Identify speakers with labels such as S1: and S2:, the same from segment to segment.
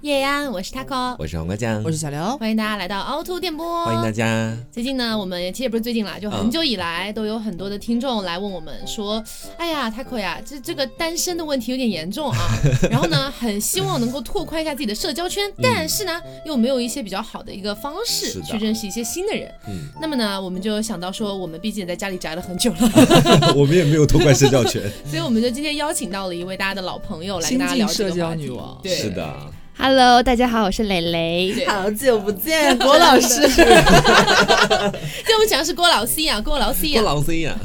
S1: 叶安，我是 Taco，
S2: 我是黄瓜酱，
S3: 我是小刘，
S1: 欢迎大家来到凹凸电波，
S2: 嗯欢迎大家。
S1: 最近呢，我们也其实也不是最近啦，就很久以来都有很多的听众来问我们说，哎呀，Taco 呀，这这个单身的问题有点严重啊。 然后呢，很希望能够拓宽一下自己的社交圈，但是呢，又没有一些比较好的一个方
S2: 嗯是
S1: 式
S2: 的
S1: 去认识一些新的人。
S2: 嗯，
S1: 那么呢，我们就想到说，我们毕竟也在家里宅了很久了，
S2: 我们也没有拓宽社交圈，
S1: 所以我们就今天邀请到了一位大家的老朋友来跟
S3: 新
S1: 大家
S3: 晋
S1: 聊这
S3: 社
S1: 个
S3: 交
S1: 话
S3: 女
S1: 题。
S3: 王，
S1: 对
S2: 是的，
S4: Hello，大家好，我是蕾蕾。
S1: 对
S3: 好久不 见，郭老师，
S1: 就我们讲的是郭老 C 啊，郭老 C
S2: 不
S1: 啊，
S2: 狼 C 呀，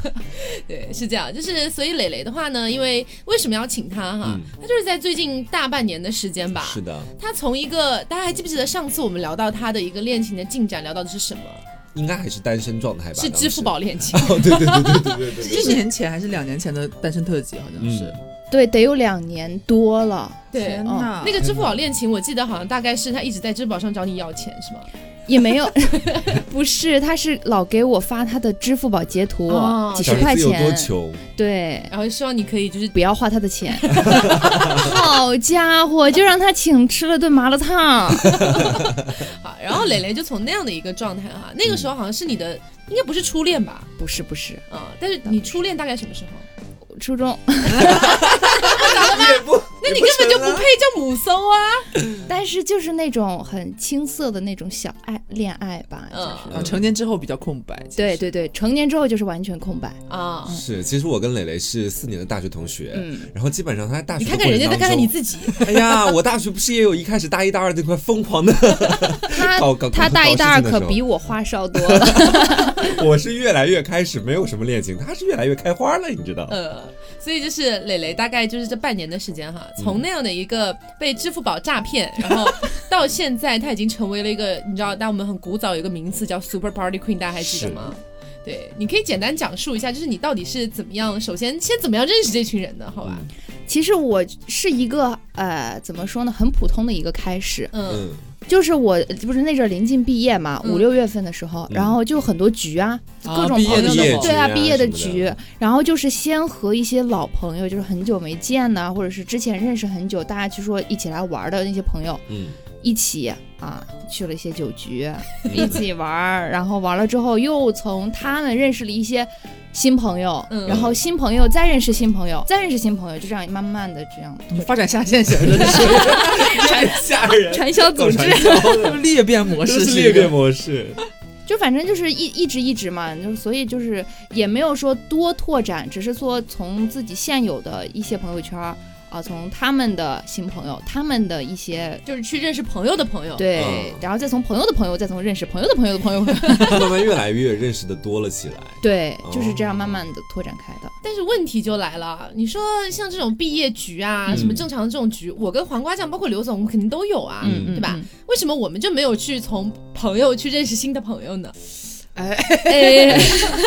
S1: 对，是这样，就是所以磊磊的话呢，因为为什么要请他哈、
S2: 嗯
S1: 他就是在最近大半年的时间吧，
S2: 是的，
S1: 他从一个大家还记不记得上次我们聊到他的一个恋情的进展，聊到的是什么？
S2: 应该还是单身状态吧？
S1: 是
S2: 当
S1: 支
S2: 时
S1: 付。宝恋 情，
S2: 哦，对对对对对对对对，
S3: 一年前还是两嗯年前的单身特辑，好像是。
S4: 对，得有两年多了，
S1: 对。
S3: 呐
S1: 那个支付宝恋情，我记得好像大概是他一直在支付宝上找你要钱，是吗？
S2: 嗯
S4: 也没 有，不是，他是老给我发他的支付宝截图，
S1: 哦
S4: 几
S2: 小
S4: 十
S2: 孩
S4: 块
S2: 子有多
S4: 钱，
S2: 穷？
S4: 对，
S1: 然后希望你可以就是
S4: 不要花他的 钱。好家伙，就让他请吃了顿麻辣烫。
S1: 好，然后磊磊就从那样的一个状态
S2: 嗯
S1: 哈，那个时候好像是你的，应该不是初恋吧？
S4: 不是不是，
S1: 啊、但是你初恋大概什么时候？
S4: 初中，
S2: 也不，
S1: 那你根本就不配叫母搜啊！
S4: 但是就是那种很青涩的那种小爱恋爱吧，就
S1: 嗯
S4: 是。
S3: 啊，成年之后比较空白。其实
S4: 对，对对，成年之后就是完全空白。
S1: 啊、
S2: 是，其实我跟磊磊是四年的大学同学，
S4: 嗯
S2: 然后基本上他在大学
S1: 你看
S2: 的
S1: 看人家，再
S2: 过程
S1: 看看
S2: 当
S1: 你
S2: 中。
S1: 自己，
S2: 哎呀，我大学不是也有一开始大一大二那块疯狂的，
S4: 他
S2: 搞搞
S4: 他
S2: 搞
S4: 大一
S2: 搞
S4: 大
S2: 事
S4: 二
S2: 情的
S4: 可
S2: 时候
S4: 比我花哨多了。
S2: 我是越来越开始没有什么恋情，他是越来越开花了，你知道？
S1: 呃，所以就是磊磊大概就是这半年的时间哈，
S2: 嗯
S1: 从那样的一个被支付宝诈骗， 然后到现在他已经成为了一个，你知道，但我们很古早有一个名词叫 Super Party Queen，大家还记得吗？对，你可以简单讲述一下，就是你到底是怎么样，首先先怎么样认识这群人的，好吧？
S4: 其实我是一个呃，怎么说呢，很普通的一个开始，
S1: 嗯
S2: 嗯，
S4: 就是我不是那阵儿临近毕业嘛，
S1: 嗯
S4: 五六月份的时候，
S2: 嗯
S4: 然后就很多局啊，
S3: 啊
S4: 各种
S3: 毕业的
S4: 朋友
S3: 时
S4: 的
S3: 候
S4: 对
S2: 啊
S4: 啊，毕业
S2: 什
S4: 的
S2: 么的
S4: 局，然后就是先和一些老朋友，就是很久没见呐、或者是之前认识很久，大家就说一起来玩的那些朋友
S2: 嗯，
S4: 一起啊去了一些酒局，
S2: 嗯
S4: 一起玩儿，然后玩了之后又从他们认识了一些新朋友，
S1: 嗯
S4: 然后新朋友再认识新朋友，再认识新朋友，就这样慢慢的这样
S3: 发展下线型的，这
S2: 吓人，
S4: 传销组
S2: 走
S4: 织
S2: 传，销的
S3: 是裂变模
S2: 这
S3: 式，
S2: 是裂变模式。
S4: 就反正就是一一直一直嘛，就是所以就是也没有说多拓展，只是说从自己现有的一些朋友圈儿啊，从他们的新朋友，他们的一些。
S1: 就是去认识朋友的朋友，
S4: 对，
S2: 嗯
S4: 然后再从朋友的朋友，再从认识朋友的朋友的朋友，
S2: 慢慢越来越认识的多了起来。
S4: 对，就是这
S2: 哦
S4: 样慢慢的拓展开的。
S1: 但是问题就来了，你说像这种毕业局啊，
S2: 嗯
S1: 什么正常的这种局，我跟黄瓜酱，包括刘总，我们肯定都有啊，
S2: 嗯
S1: 对吧？为什么我们就没有去从朋友去认识新的朋友呢？
S3: 哎
S1: 哎，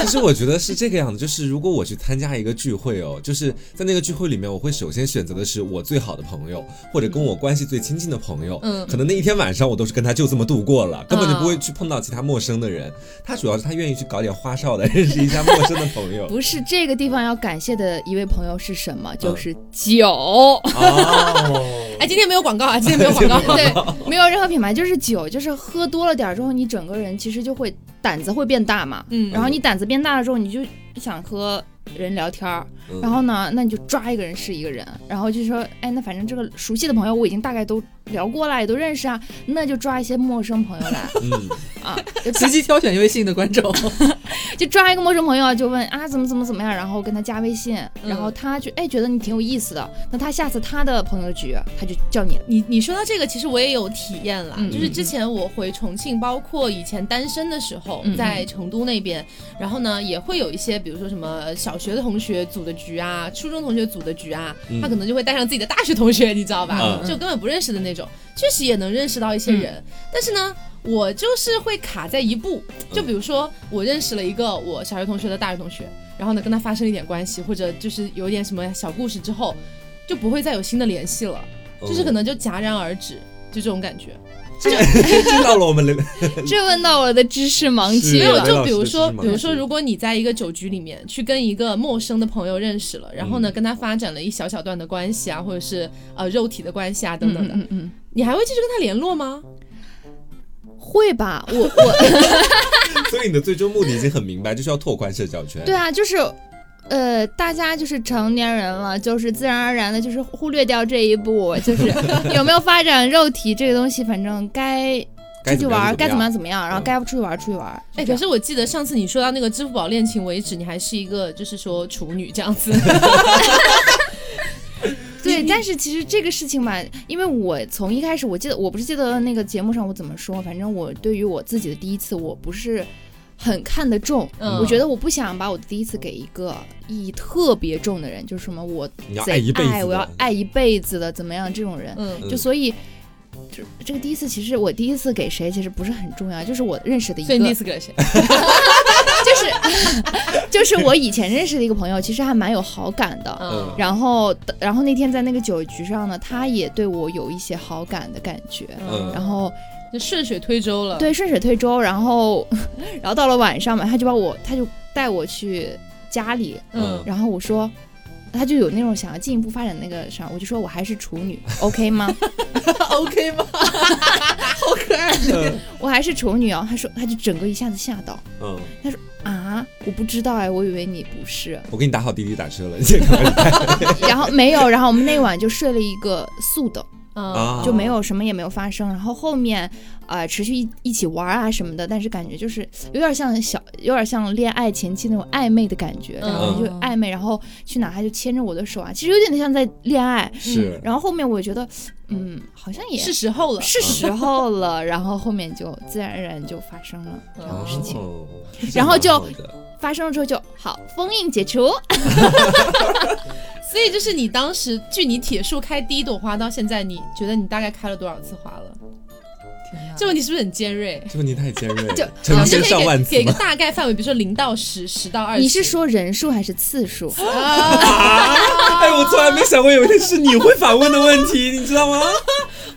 S2: 其实我觉得是这个样子，就是如果我去参加一个聚会哦，就是在那个聚会里面，我会首先选择的是我最好的朋友，或者跟我关系最亲近的朋友。
S1: 嗯
S2: 可能那一天晚上我都是跟他就这么度过了，根本就不
S4: 嗯
S2: 会去碰到其他陌生的人。他主要是他愿意去搞点花哨的， 认识一下陌生的朋友。
S4: 不是这个地方要感谢的一位朋友是什么？就是酒，
S2: 哦，
S1: 哎，今天没有广告啊，今天没有广 告。对，
S4: 对，没有任何品牌，就是酒，就是喝多了点儿之后，你整个人其实就会胆子会变大嘛。
S1: 嗯
S4: 然后你胆子变大了之后，你就想和人聊天儿，
S2: 嗯
S4: 然后呢，那你就抓一个人是一个人，然后就说，哎，那反正这个熟悉的朋友我已经大概都聊过了，也都认识啊，那就抓一些陌生朋友来
S2: 嗯，
S4: 啊，
S3: 随机挑选一位幸运的观众，
S4: 就抓一个陌生朋友就问啊怎么怎么怎么样，然后跟他加微信，然后
S1: 嗯
S4: 他就哎觉得你挺有意思的，那他下次他的朋友局他就 叫你，
S1: 你你说到这个，其实我也有体验啦，
S4: 嗯
S1: 就是之前我回重庆，包括以前单身的时候，
S4: 嗯
S1: 在成都那边，然后呢也会有一些，比如说什么小学的同学组的局啊，初中同学组的局啊，
S2: 嗯
S1: 他可能就会带上自己的大学同学，你知道吧？
S2: 嗯
S1: 就根本不认识的那种，确实也能认识到一些
S4: 嗯
S1: 人，但是呢。我就是会卡在一步，
S2: 嗯
S1: 就比如说我认识了一个我小学同学的大学同学，然后呢跟他发生了一点关系，或者就是有
S2: 嗯
S1: 一点什么小故事之后，就不会再有新的联系了。就是可能就戛然而止。就这种感觉。
S2: 这这知道了我们雷
S4: 这问到我的知识盲区
S2: 是
S1: 没有，
S4: 了。嗯
S1: 就比如说，
S2: 雷老师的知识盲
S1: 比如说，
S2: 区
S1: 如果你在一个酒局里面去跟一个陌生的朋友认识了，然后呢，
S2: 嗯
S1: 跟他发展了一小小段的关系啊，或者是呃肉体的关系啊等等的，
S4: 嗯嗯
S1: 你还会继续跟他联络吗？
S4: 嗯，会吧？我我
S2: 所以你的最终目的已经很明白，就是要拓宽社交圈。
S4: 对啊，就是。呃，大家就是成年人了，就是自然而然的，就是忽略掉这一步，就是 有没有发展肉体这个东西，反正该
S2: 该
S4: 出去
S2: 怎么
S4: 玩
S2: 样
S4: 儿该怎么
S2: 样？
S4: 样怎么样，然后
S2: 嗯
S4: 该出去玩儿出去玩儿。
S1: 哎，
S4: 就
S1: 可
S4: 这
S1: 是我记得上次你说到那个支付宝恋情为止，你还是一个就是说处女这样子。
S4: 样对，但是其实这个事情吧，因为我从一开始，我记得我不是记得那个节目上我怎么说，反正我对于我自己的第一次，我不是很看得重。
S1: 嗯，
S4: 我觉得我不想把我的第一次给一个意义特别重的人，就是什么我
S2: 你要
S4: 贼
S2: 爱一辈子
S4: 爱
S2: 的，
S4: 我要爱一辈子的，怎么样这种人，
S1: 嗯
S4: 就所以。就这个第一次，其实我第一次给谁其实不是很重要，就是我认识的一
S1: 所
S4: 个，
S1: 以你第一
S4: 就
S1: 次给了谁？
S4: 是就是 我以前认识的一个朋友，其实还蛮有好感的。
S1: 嗯，
S4: 然后然后那天在那个酒局上呢，他也对我有一些好感的感觉。
S2: 嗯
S4: 然后
S1: 就顺水推舟了。，
S4: 对顺水推舟，然后 然后到了晚上嘛，他就把我他就带我去家里，
S1: 嗯，
S4: 然后我说，他就有那种想要进一步发展那个啥，我就说我还是处女，OK 吗？
S3: OK 吗？ 好可爱。
S2: 嗯
S4: 我还是处女哦。他说，他就整个一下子吓到
S2: 嗯，
S4: 啊，我不知道哎，我以为你不是。
S2: 我给你打好滴滴打车了，你这个
S4: 然后没有，然后我们那晚就睡了一个素的，
S1: 啊，
S2: 啊
S4: 就没有什么也没有发生。然后后面呃持续一一起玩啊什么的，但是感觉就是有点像小，有点像恋爱前期那种暧昧的感觉，然后就
S3: 嗯
S4: 暧昧，然后去哪他就牵着我的手啊，其实有点像在恋爱。
S2: 是
S4: 然后后面我觉得，嗯，好像也
S1: 是时候了。
S4: 是时候了，然后后面就自然而然就发生了这样的事情，
S2: 哦
S4: 然后就
S2: 这样蛮好的
S4: 发生了之后就好，封印解除。
S1: 所以就是你当时据你铁树开第一朵花到现在，你觉得你大概开了多少次花了？
S4: 啊
S1: 这问题是不是很尖锐？
S2: 这问题太尖锐了，
S4: 就
S2: 成
S1: 啊就
S2: 千
S1: 可以
S2: 上万
S1: 给
S2: 次
S1: 给个
S2: 吗？
S1: 大概范围，比如说零到十，十到二十。
S4: 你是说人数还是次数？
S2: 啊！哎，我从来没想过有一天是你会反问的问题，你知道吗？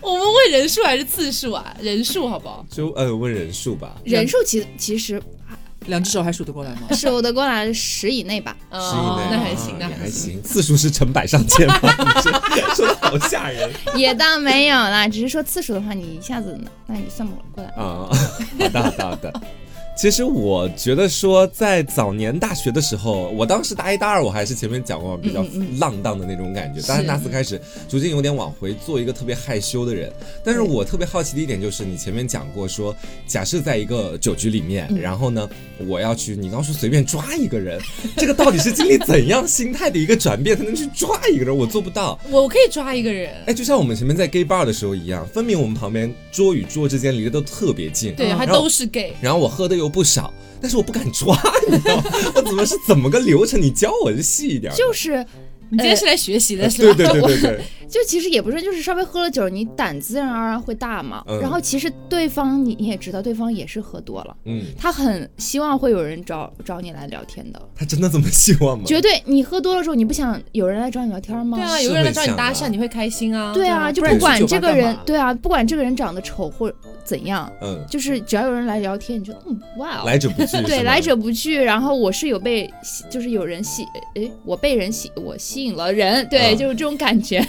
S1: 我们问人数还是次数啊？人数好不好？
S2: 就呃问人数吧，
S4: 人数其其实啊
S3: 两只手还数得过来吗？
S4: 数得过来十以内吧。
S1: 啊
S2: 十以内
S1: 那
S2: 啊
S1: 还行，那
S2: 也还
S1: 行。
S2: 行，次数是成百上千 吗？你这说的好吓人
S4: 也倒没有啦，只是说次数的话，你一下子呢，那你算不过来。
S2: 啊！好的好的好的。其实我觉得说，在早年大学的时候，我当时大一大二，我还是前面讲过比较浪荡的那种感觉。大三大四开始，逐渐有点往回做一个特别害羞的人。但是我特别好奇的一点就是，你前面讲过说，假设在一个酒局里面，然后呢，我要去，你刚说随便抓一个人，这个到底是经历怎样心态的一个转变才能去抓一个人？我做不到。
S1: 我可以抓一个人，
S2: 哎，就像我们前面在 gay bar 的时候一样，分明我们旁边桌与桌之间离得都特别近，
S1: 对，
S2: 哦然
S1: 还
S2: 后
S1: 都是 gay。
S2: 然后我喝的又不少，但是我不敢抓， 你知道吗？我怎么是怎么个流程？你教我就细一点儿。
S4: 就是，
S1: 你今天是来学习的是
S2: 哎对
S1: 吧？啊
S2: 对对对 对，
S4: 就其实也不是，就是稍微喝了酒，你胆自然而然会大嘛。
S2: 嗯
S4: 然后其实对方你你也知道，对方也是喝多了，
S2: 嗯，
S4: 他很希望会有人找找你来聊天的。
S2: 他真的这么希望吗？
S4: 绝对，你喝多了之后，你不想有人来找你聊天吗？
S1: 对啊，
S2: 是
S1: 有个人来找你
S2: 会
S1: 搭
S2: 想
S1: 讪，
S2: 啊
S1: 你会开心啊。
S4: 对啊，
S1: 这
S4: 就
S3: 不然
S4: 不
S3: 你去
S4: 管
S3: 酒吧
S4: 这个
S3: 干
S4: 人
S3: 嘛，
S4: 对啊，不管这个人长得丑或怎样，
S2: 嗯，
S4: 就是只要有人来聊天，你就嗯，哇哦，
S2: 来者不拒。是
S4: 对，
S2: 吗
S4: 来。者不拒。然后我是有被吸，就是有人吸，诶，我被人吸，我吸引了人，对，
S2: 嗯
S4: 就是这种感觉。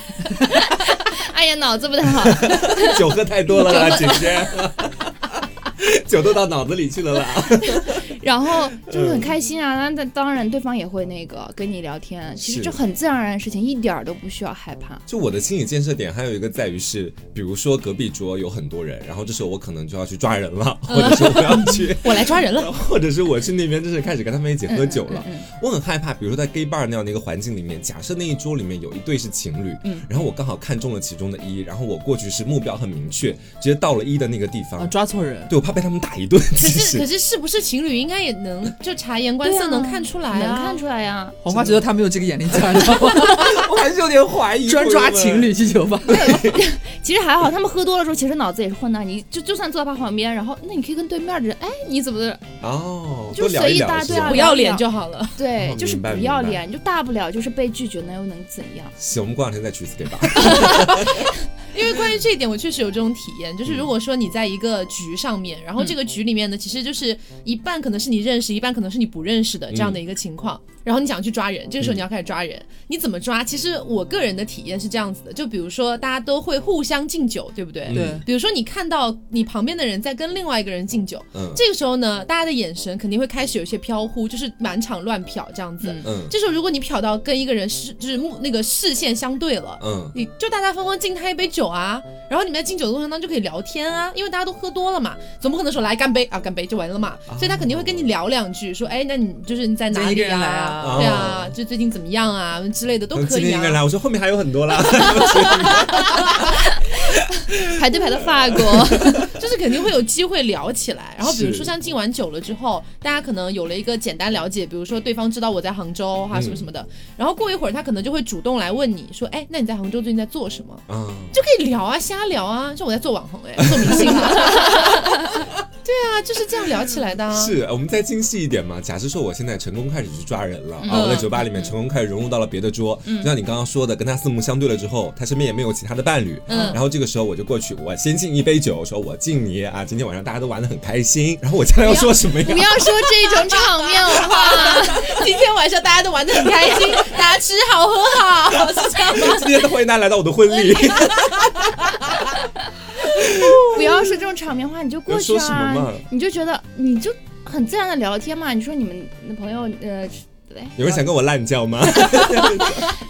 S4: 哎呀，脑子不太好了，
S2: 酒喝太多了 啦，姐姐， 酒都到脑子里去了啦。
S4: 然后就是很开心啊。那那当然，对方也会那个跟你聊天，其实
S2: 是
S4: 这很自然而然的事情，一点儿都不需要害怕。
S2: 就我的心理建设点还有一个在于是，比如说隔壁桌有很多人，然后这时候我可能就要去抓人了，
S4: 嗯
S2: 或者是我要去，
S1: 我来抓人 了。
S2: 或者是我去那边就是开始跟他们一起喝酒了。
S4: 嗯嗯嗯
S2: 我很害怕，比如说在 gay bar 那样的一个环境里面，假设那一桌里面有一对是情侣，
S4: 嗯
S2: 然后我刚好看中了其中的一，然后我过去是目标很明确，直接到了一的那个地方，
S3: 啊，抓错人。
S2: 对我怕被他们打一顿。
S1: 可
S2: 其
S1: 是可是
S2: 实
S1: 是不是情侣应该也能就察言观色
S4: 对啊
S1: 能看出来啊？
S4: 能看出来呀、
S3: 黄瓜觉得他没有这个眼力劲儿，你知道吗？
S2: 我还是 有点怀疑
S3: 专 抓情。侣去酒吧，
S4: 其实还好，他们喝多了之后，其实脑子也是混的。你就就算坐在他旁边，然后那你可以跟对面的人，哎，你怎 么
S2: 哦，
S4: 就
S2: 多聊一聊
S4: 随意搭
S2: 是
S4: 对啊
S2: 吧
S1: 不要脸就好了。
S4: 对，
S2: 哦
S4: 就是
S2: 明白
S4: 不要
S2: 明白
S4: 脸，就大不了就是被拒绝，那又能怎样？
S2: 行，我们过两天再去一次 gay bar。
S1: 因为关于这一点，我确实有这种体验，就是如果说你在一个局上面，然后这个局里面呢，其实就是一半可能是你认识，一半可能是你不认识的这样的一个情况，然后你想去抓人，这个时候你要开始抓人，你怎么抓？其实我个人的体验是这样子的，就比如说大家都会互相敬酒，对不对？
S2: 嗯
S3: 对，
S1: 比如说你看到你旁边的人在跟另外一个人敬酒，
S2: 嗯
S1: 这个时候呢，大家的眼神肯定会开始有一些飘忽，就是满场乱瞟这样子。
S4: 嗯
S2: 嗯
S1: 这时候如果你瞟到跟一个人视就是目那个视线相对了。
S2: 嗯
S1: 你就大大方方敬他一杯酒啊，然后你们在敬酒的过程当中就可以聊天啊，因为大家都喝多了嘛，总不可能说来干杯啊，干杯就完了嘛，所以他肯定会跟你聊两句，说哎，那你就是你在哪
S3: 就一
S1: 里
S3: 个人来啊哦
S1: 对啊，就最近怎么样啊之类的都
S2: 嗯
S1: 可
S2: 今
S1: 以
S2: 天一个人来，
S1: 啊。
S2: 我说后面还有很多啦。
S4: 排队排到法国，
S1: 就是肯定会有机会聊起来。然后比如
S2: 是
S1: 说像敬完酒了之后，大家可能有了一个简单了解，比如说对方知道我在杭州哈、
S2: 嗯
S1: 什么什么的，然后过一会儿他可能就会主动来问你说，哎，那你在杭州最近在做什么？
S2: 嗯，
S1: 就可以聊啊，瞎聊啊，像我在做网红哎、做明星 啊，对啊，就是这样聊起来的、
S4: 嗯
S1: 啊。
S2: 是我们再精细一点嘛？假设说我现在成功开始去抓人了、啊，
S4: 嗯
S2: 我在酒吧里面成功开始融入到了别的桌，就像你刚刚说的，跟他四目相对了之后，他身边也没有其他的伴侣，
S1: 嗯
S2: 然后这个时候我就过去，我先敬一杯酒，说我敬你啊，今天晚上大家都玩的很开 心，然后我将来要说什么呀
S4: 不？要说这种场面 话，
S1: 今天晚上大家都玩的很开 心，大家吃
S4: 哦
S1: 好喝好，是这样吗？
S2: 今天欢迎大家来到我的婚礼，
S4: 不要说这种场面话，你就过去
S2: 要说什么嘛
S4: 啊，你就觉得你就很自然的聊天嘛。你说你们的朋友呃，对，
S2: 有人想跟我滥交 吗？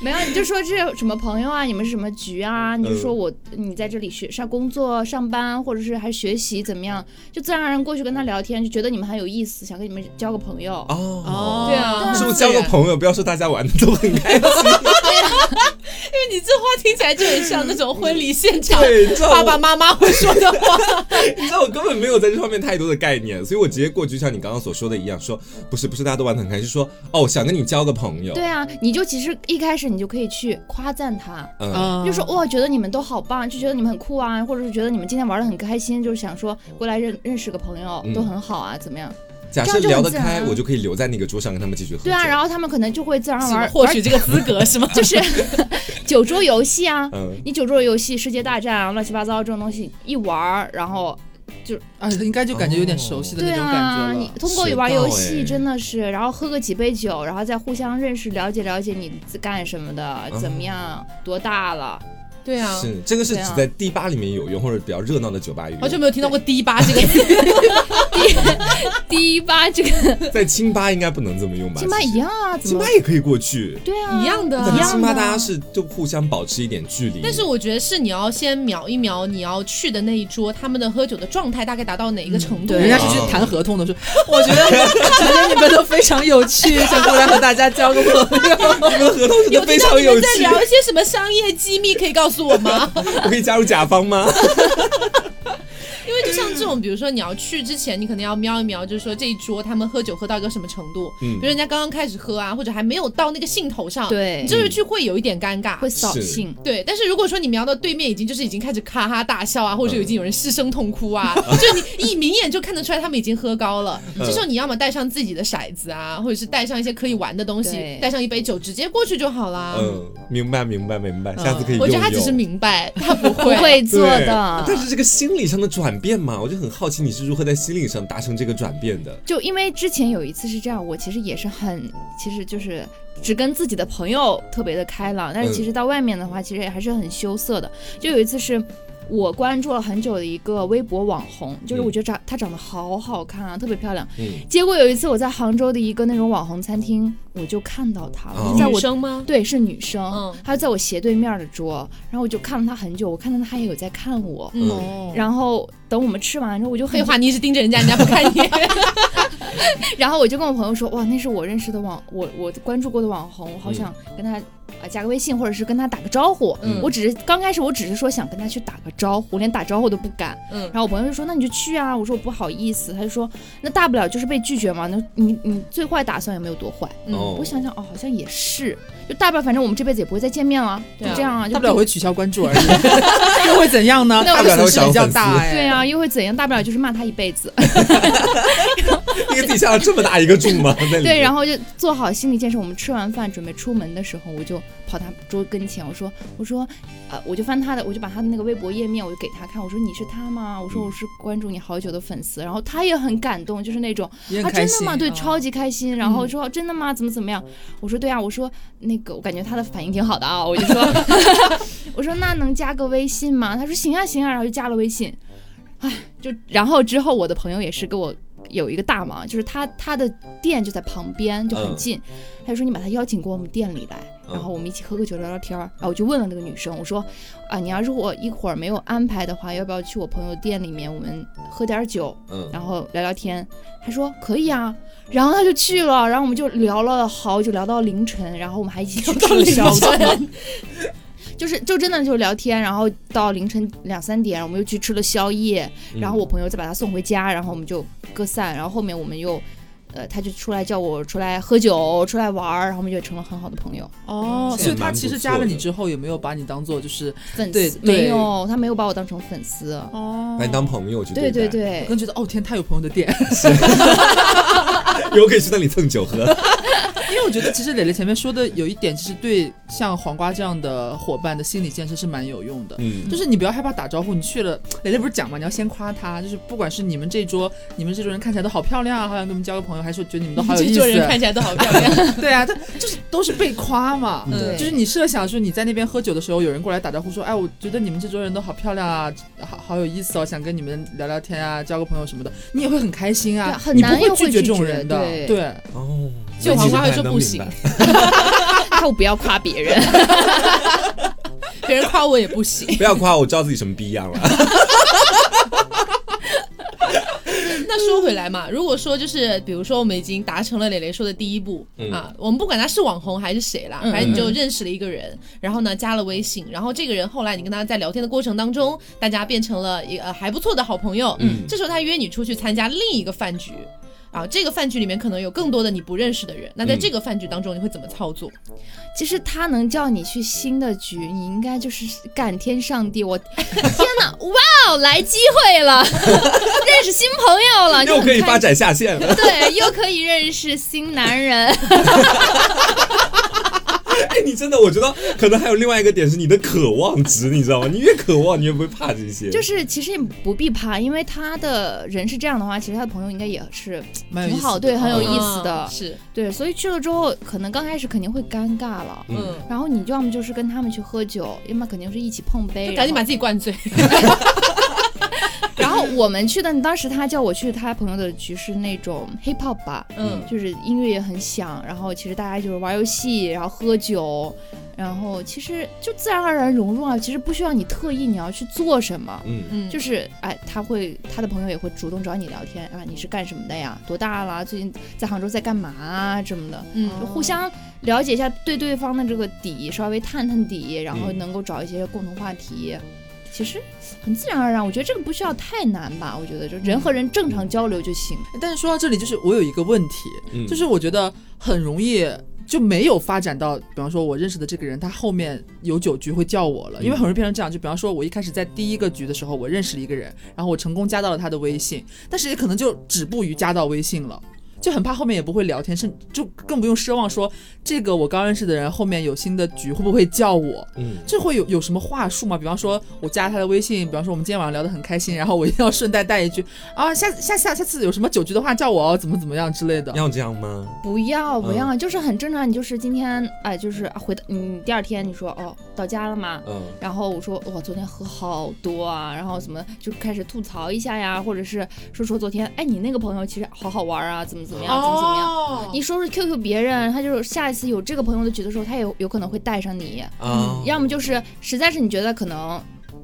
S4: 没有，你就说这有什么朋友啊，你们是什么局啊？你就说我你在这里学上工作、上班，或者是还学习怎么样，就自然而然过去跟他聊天，就觉得你们很有意思，想跟你们交个朋友。
S2: 哦，
S1: 对啊
S2: 是不是交个朋友？不要说大家玩的都很开心，
S1: 因为你这话听起来就很像那种婚礼现场
S2: 对，你知道
S1: 爸
S2: 我
S1: 爸妈妈会说的话。
S2: 你知道我根本没有在这方面太多的概念，所以我直接过去，像你刚刚所说的一样，说不是不是，大家都玩的很开心，说哦，想跟你交个朋友，
S4: 对啊，你就其实一开始你就可以去夸赞他，
S2: 嗯，
S3: 嗯
S1: 哦
S4: 就说哇，觉得你们都好棒，就觉得你们很酷啊，或者是觉得你们今天玩的很开心，就是想说过来认认识个朋友
S2: 嗯，
S4: 都很好啊，怎么样？
S2: 假设
S4: 这样就
S2: 聊得
S4: 很自然
S2: 开，
S4: 啊
S2: 我就可以留在那个桌上跟他们继续喝酒。
S4: 对啊，然后他们可能就会自然而 然
S1: 获
S4: 玩，
S1: 取这个资格是吗？
S4: 就是 酒桌游戏啊，
S2: 嗯，
S4: 你酒桌游戏、世界大战啊，乱七八糟这种东西一玩儿，然后
S3: 啊，应该就感觉有点熟悉的
S4: 对
S3: 那种感
S4: 啊，
S3: 觉
S4: 你
S3: 了。
S4: 通过
S2: 学
S4: 玩
S2: 到
S4: 游
S2: 哎
S4: 戏真的是，然后喝个几杯酒，然后再互相认识、了解了解你干什么的，
S3: 嗯
S4: 怎么样，多大了，
S1: 对啊，
S2: 是这个是
S4: 对啊
S2: 只在 D 吧里面有用，或者比较热闹的酒吧有
S1: 好久
S2: 用，
S1: 没有听到过“低八” 这个词。
S4: 第一吧，这个
S2: 在清吧应该不能这么用吧？
S4: 亲妈
S2: 其
S4: 一
S2: 实，
S4: 样啊，怎
S2: 清
S4: 么
S2: 吧也可以过去，
S4: 对啊，
S1: 一样的啊
S2: 可
S4: 一
S2: 能
S4: 样
S2: 清
S4: 的
S2: 吧
S4: 啊，
S2: 大家是就互相保持一点距离。
S1: 但是我觉得是你要先瞄一瞄你要去的那一桌，他们的喝酒的状态大概达到哪一个程度。
S3: 人家是去谈合同的，说 我觉得觉得你们都非常有 趣，想过来和大家交个朋友。
S2: 你们的合同真
S1: 有
S2: 的非常有
S1: 听到你们
S2: 趣
S1: 在，聊一些什么商业机密，可以告诉我 吗？
S2: 我可以加入甲方 吗？
S1: 因为就像这种，比如说你要去之前，你可能要瞄一瞄，就是说这一桌他们喝酒喝到一个什么程度，
S2: 嗯
S1: 比如人家刚刚开始喝啊，或者还没有到那个兴头上，，
S4: 对
S1: 你，这个去会有一点尴尬
S4: 会。扫
S2: 是
S4: 兴。
S1: 对，但是如果说你瞄到对面已经就是已经开始咔哈大笑啊，或者
S2: 嗯
S1: 已经有人失声痛哭啊， 就你一明眼就看得出来他们已经喝高了。
S2: 嗯
S1: 这时候你要么带上自己的骰子啊，或者是带上一些可以玩的东西
S4: 对，
S1: 带上一杯酒，直接过去就好啦。
S2: 嗯，明白明白明
S4: 嗯
S2: 白，下次可以用一用。
S1: 我觉得他只是明白，他不
S4: 不
S1: 会。
S4: 会
S2: 对
S4: 做的
S2: 但。是这个心理上的转变嘛，我就很好奇你是如何在心理上达成这个转变的。
S4: 就因为之前有一次是这样，我其实也是很，其实就是只跟自己的朋友特别的开朗，但是其实到外面的话，其实也还是很羞涩的。就有一次是。我关注了很久的一个微博网红，就是我觉得长她长得好好看啊，特别漂亮。
S2: 嗯
S4: 结果有一次我在杭州的一个那种网红餐厅，我就看到她了，
S2: 哦
S4: 就在
S1: 女
S4: 我
S1: 生吗？
S4: 对是女生，
S1: 嗯
S4: 她在我斜对面的桌，然后我就看了她很久，我看到她也有在看我，
S2: 嗯，
S3: 哦
S4: 然后等我们吃完之后，我就很
S1: 废话，你一直盯着人家，人家不看 你。
S4: 然后我就跟我朋友说，哇，那是我认识的网，我我关注过的网红，我好想跟他啊、呃加个微信，或者是跟他打个招呼。
S2: 嗯
S4: 我只是刚开始，我只是说想跟他去打个招呼，连打招呼都不敢。
S1: 嗯
S4: 然后我朋友就说，那你就去啊。我说我不好意思。他就说，那大不了就是被拒绝嘛。那你你最坏打算也没有多坏。
S1: 嗯
S2: 哦
S4: 我想想哦，好像也是，就大不了反正我们这辈子也不会再见面了，
S1: 对啊
S4: 就这样啊，就
S3: 大不了会取消关注而已， 又会怎样呢？
S4: 那我
S3: 他的损失比较大哎。
S4: 对，啊，又会怎样？大不了就是骂他一辈子，
S2: 那个地下这么大一个柱吗？那里
S4: 对，然后就做好心理建设。我们吃完饭准备出门的时候，我就跑他桌跟前，我说，我说，呃，我就翻他的，我就把他的那个微博页面，我就给他看，我说你是他吗？我说
S2: 嗯
S4: 我是关注你好久的粉丝，然后他也很感动，就是那种
S3: 也
S4: 啊，
S3: 很
S4: 真
S3: 开
S4: 的
S3: 心
S4: 吗？对，
S3: 啊
S4: 超级开心。然后
S3: 嗯
S4: 说真的吗？怎么怎么样？我说对啊，我说那个，我感觉他的反应挺好的啊，我就说， 我说那能加个微信吗？他说行啊行啊，然后就加了微信。哎，就然后之后我的朋友也是跟我有一个大忙，就是他他的店就在旁边，就很
S2: 嗯
S4: 近，他就说你把他邀请过我们店里来，然
S2: 嗯
S4: 后我们一起喝个酒聊聊天儿。然后我就问了那个女生，我说啊，你要是我一会儿没有安排的话，要不要去我朋友店里面我们喝点儿酒？
S2: 嗯，
S4: 然后聊聊天。他说可以啊，然后他就去了，然后我们就聊了好久，聊到凌晨，然后我们还一起去吃 宵夜。就是就真的就聊天，然后到凌晨两三点，我们又去吃了宵夜，
S2: 嗯
S4: 然后我朋友再把他送回家，然后我们就各散，然后后面我们又，呃，他就出来叫我出来喝酒，出来玩儿，然后我们就成了很好的朋友。
S3: 哦，
S2: 这
S3: 所以
S2: 也
S3: 他
S2: 蛮
S3: 其
S2: 不
S3: 实
S2: 错
S3: 加了你
S2: 的
S3: 之后，有没有把你当做就是
S4: 粉
S3: 对
S4: 丝
S3: 对
S4: 没有，他没有把我当成粉丝。
S3: 哦
S2: 把你当朋友去
S4: 对
S2: 对
S4: 对，对，
S3: 更觉得哦天，他有朋友的店，
S2: 以后可以去那里蹭酒喝。
S3: 因为我觉得其实蕾蕾前面说的有一点，其实对像黄瓜这样的伙伴的心理建设是蛮有用的。
S2: 嗯
S3: 就是你不要害怕打招呼，你去了，蕾蕾不是讲嘛，你要先夸她，就是不管是你们这桌，你们这桌人看起来都好漂亮啊，好想跟我们交个朋友，还是觉得你们都好有
S1: 这
S3: 意
S1: 桌人看
S3: 思，
S1: 起来都好漂 亮。
S3: 对啊，但就是都是被夸嘛。
S2: 嗯
S4: 对
S3: 就是你设想说你在那边喝酒的时候，有人过来打招呼说，哎，我觉得你们这桌人都好漂亮啊，好好有意思哦，想跟你们聊聊天啊，交个朋友什么的，你也会很开心啊，
S4: 对很
S3: 你
S4: 难
S3: 不
S4: 又
S3: 会
S4: 会
S3: 拒绝
S4: 拒
S3: 这种
S4: 绝
S3: 人的，
S4: 对
S3: 对
S2: 哦，
S1: 就
S2: 我
S1: 黄
S2: 其实
S1: 瓜会
S2: 不太
S1: 说
S2: 能
S1: 不
S2: 明
S1: 行
S2: 白
S4: 他不要夸别人。
S1: 别人夸我也不行。
S2: 不要夸我，知道自己什么逼样了。
S1: 那说回来嘛，如果说就是比如说我们已经达成了磊磊说的第一步、
S2: 嗯
S1: 啊，我们不管他是网红还是谁啦，
S3: 嗯
S1: 反正你就认识了一个人，然后呢加了微信，然后这个人后来你跟他在聊天的过程当中，大家变成了一个、呃、还不错的好朋友，
S2: 嗯
S1: 这时候他约你出去参加另一个饭局。啊，这个饭局里面可能有更多的你不认识的人，那在
S2: 嗯
S1: 这个饭局当中你会怎么操作？
S4: 其实他能叫你去新的局，你应该就是感天上帝，我 天哪，哇哦，来机会了， 认识新朋友了，就
S2: 又
S4: 很
S2: 可以
S4: 开
S2: 发，展下线了。
S4: 对，又可以认识新 男人，
S2: 哎，你真的，我觉得可能还有另外一个点是你的渴望值，你知道吗？你越渴望，你越不会怕这些。
S4: 就是其实也不必怕，因为他的人是这样的话，其实他的朋友应该也是
S3: 蛮有意
S4: 挺
S3: 思
S4: 好，
S3: 的
S4: 对，很有
S3: 嗯
S4: 意思的
S1: 嗯，是，
S4: 对，所以去了之后，可能刚开始肯定会尴尬了。
S1: 嗯，
S4: 然后你就要么就是跟他们去喝酒，要么肯定是一起碰杯，
S1: 就
S4: 然
S1: 赶紧
S4: 后
S1: 把自己灌醉。
S4: 然后我们去的，当时他叫我去他朋友的局是那种 hip hop 吧，
S1: 嗯，
S4: 就是音乐也很响，然后其实大家就是玩游戏，然后喝酒，然后其实就自然而然融入啊，其实不需要你特意你要去做什么。
S2: 嗯，
S1: 嗯，
S4: 就是是哎，他会他的朋友也会主动找你聊天啊，你是干什么的呀？多大啦？最近在杭州在干嘛啊？什么的，
S1: 嗯
S4: 就互相了解一下对对方的这个底，稍微探探底，然后
S2: 嗯
S4: 能够找一些共同话题。其实很自然而然，我觉得这个不需要太难吧？我觉得就人
S1: 嗯
S4: 和人正常交流就行。
S3: 但是说到这里，就是我有一个问题，
S2: 嗯
S3: 就是我觉得很容易就没有发展到，比方说我认识的这个人，他后面有酒局会叫我了，因为很容易变成这样。就比方说，我一开始在第一个局的时候，我认识了一个人，然后我成功加到了他的微信，但是也可能就止步于加到微信了。就很怕后面也不会聊天，甚就更不用奢望说这个我刚认识的人后面有新的局会不会叫我，
S2: 嗯，
S3: 这会有有什么话术吗？比方说我加他的微信，比方说我们今天晚上聊得很开心，然后我一定要顺带带一句啊，下下下下次有什么酒局的话叫我哦，怎么怎么样之类的。
S2: 要这样吗？
S4: 不要不
S3: 嗯
S4: 要，就是很正常。你就是今天哎，就是啊回到你第二天，你说哦到家了吗？
S2: 嗯，
S4: 然后我说哦我昨天喝好多啊，然后什么就开始吐槽一下呀，或者是说说昨天哎你那个朋友其实好好玩啊，怎么怎么样，怎么怎么样。
S1: 哦
S4: 你说是 QQ 别人，他就是下一次有这个朋友的局的时候，他也有可能会带上你。
S2: 啊，
S4: 要么就是实在是你觉得可能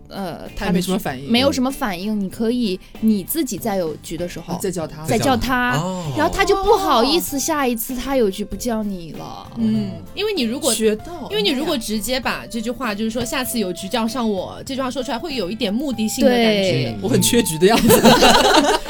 S4: 呃
S3: 他
S4: 他
S3: 也
S4: 的
S3: 没什么
S4: 局
S3: 反应，
S4: 没有什么反应，你可以你自己再有局的时候
S3: 啊再叫他
S4: 再叫他，
S2: 哦
S4: 然后他就不好意
S1: 哦
S4: 思，下一次他有局不叫你了。
S1: 嗯，因为你如果
S3: 学到，
S1: 因为你如果直接把这句话，就是说下次有局叫上我这句话说出来，会有一点目的性的感觉，
S4: 对，
S3: 我很缺局的样子，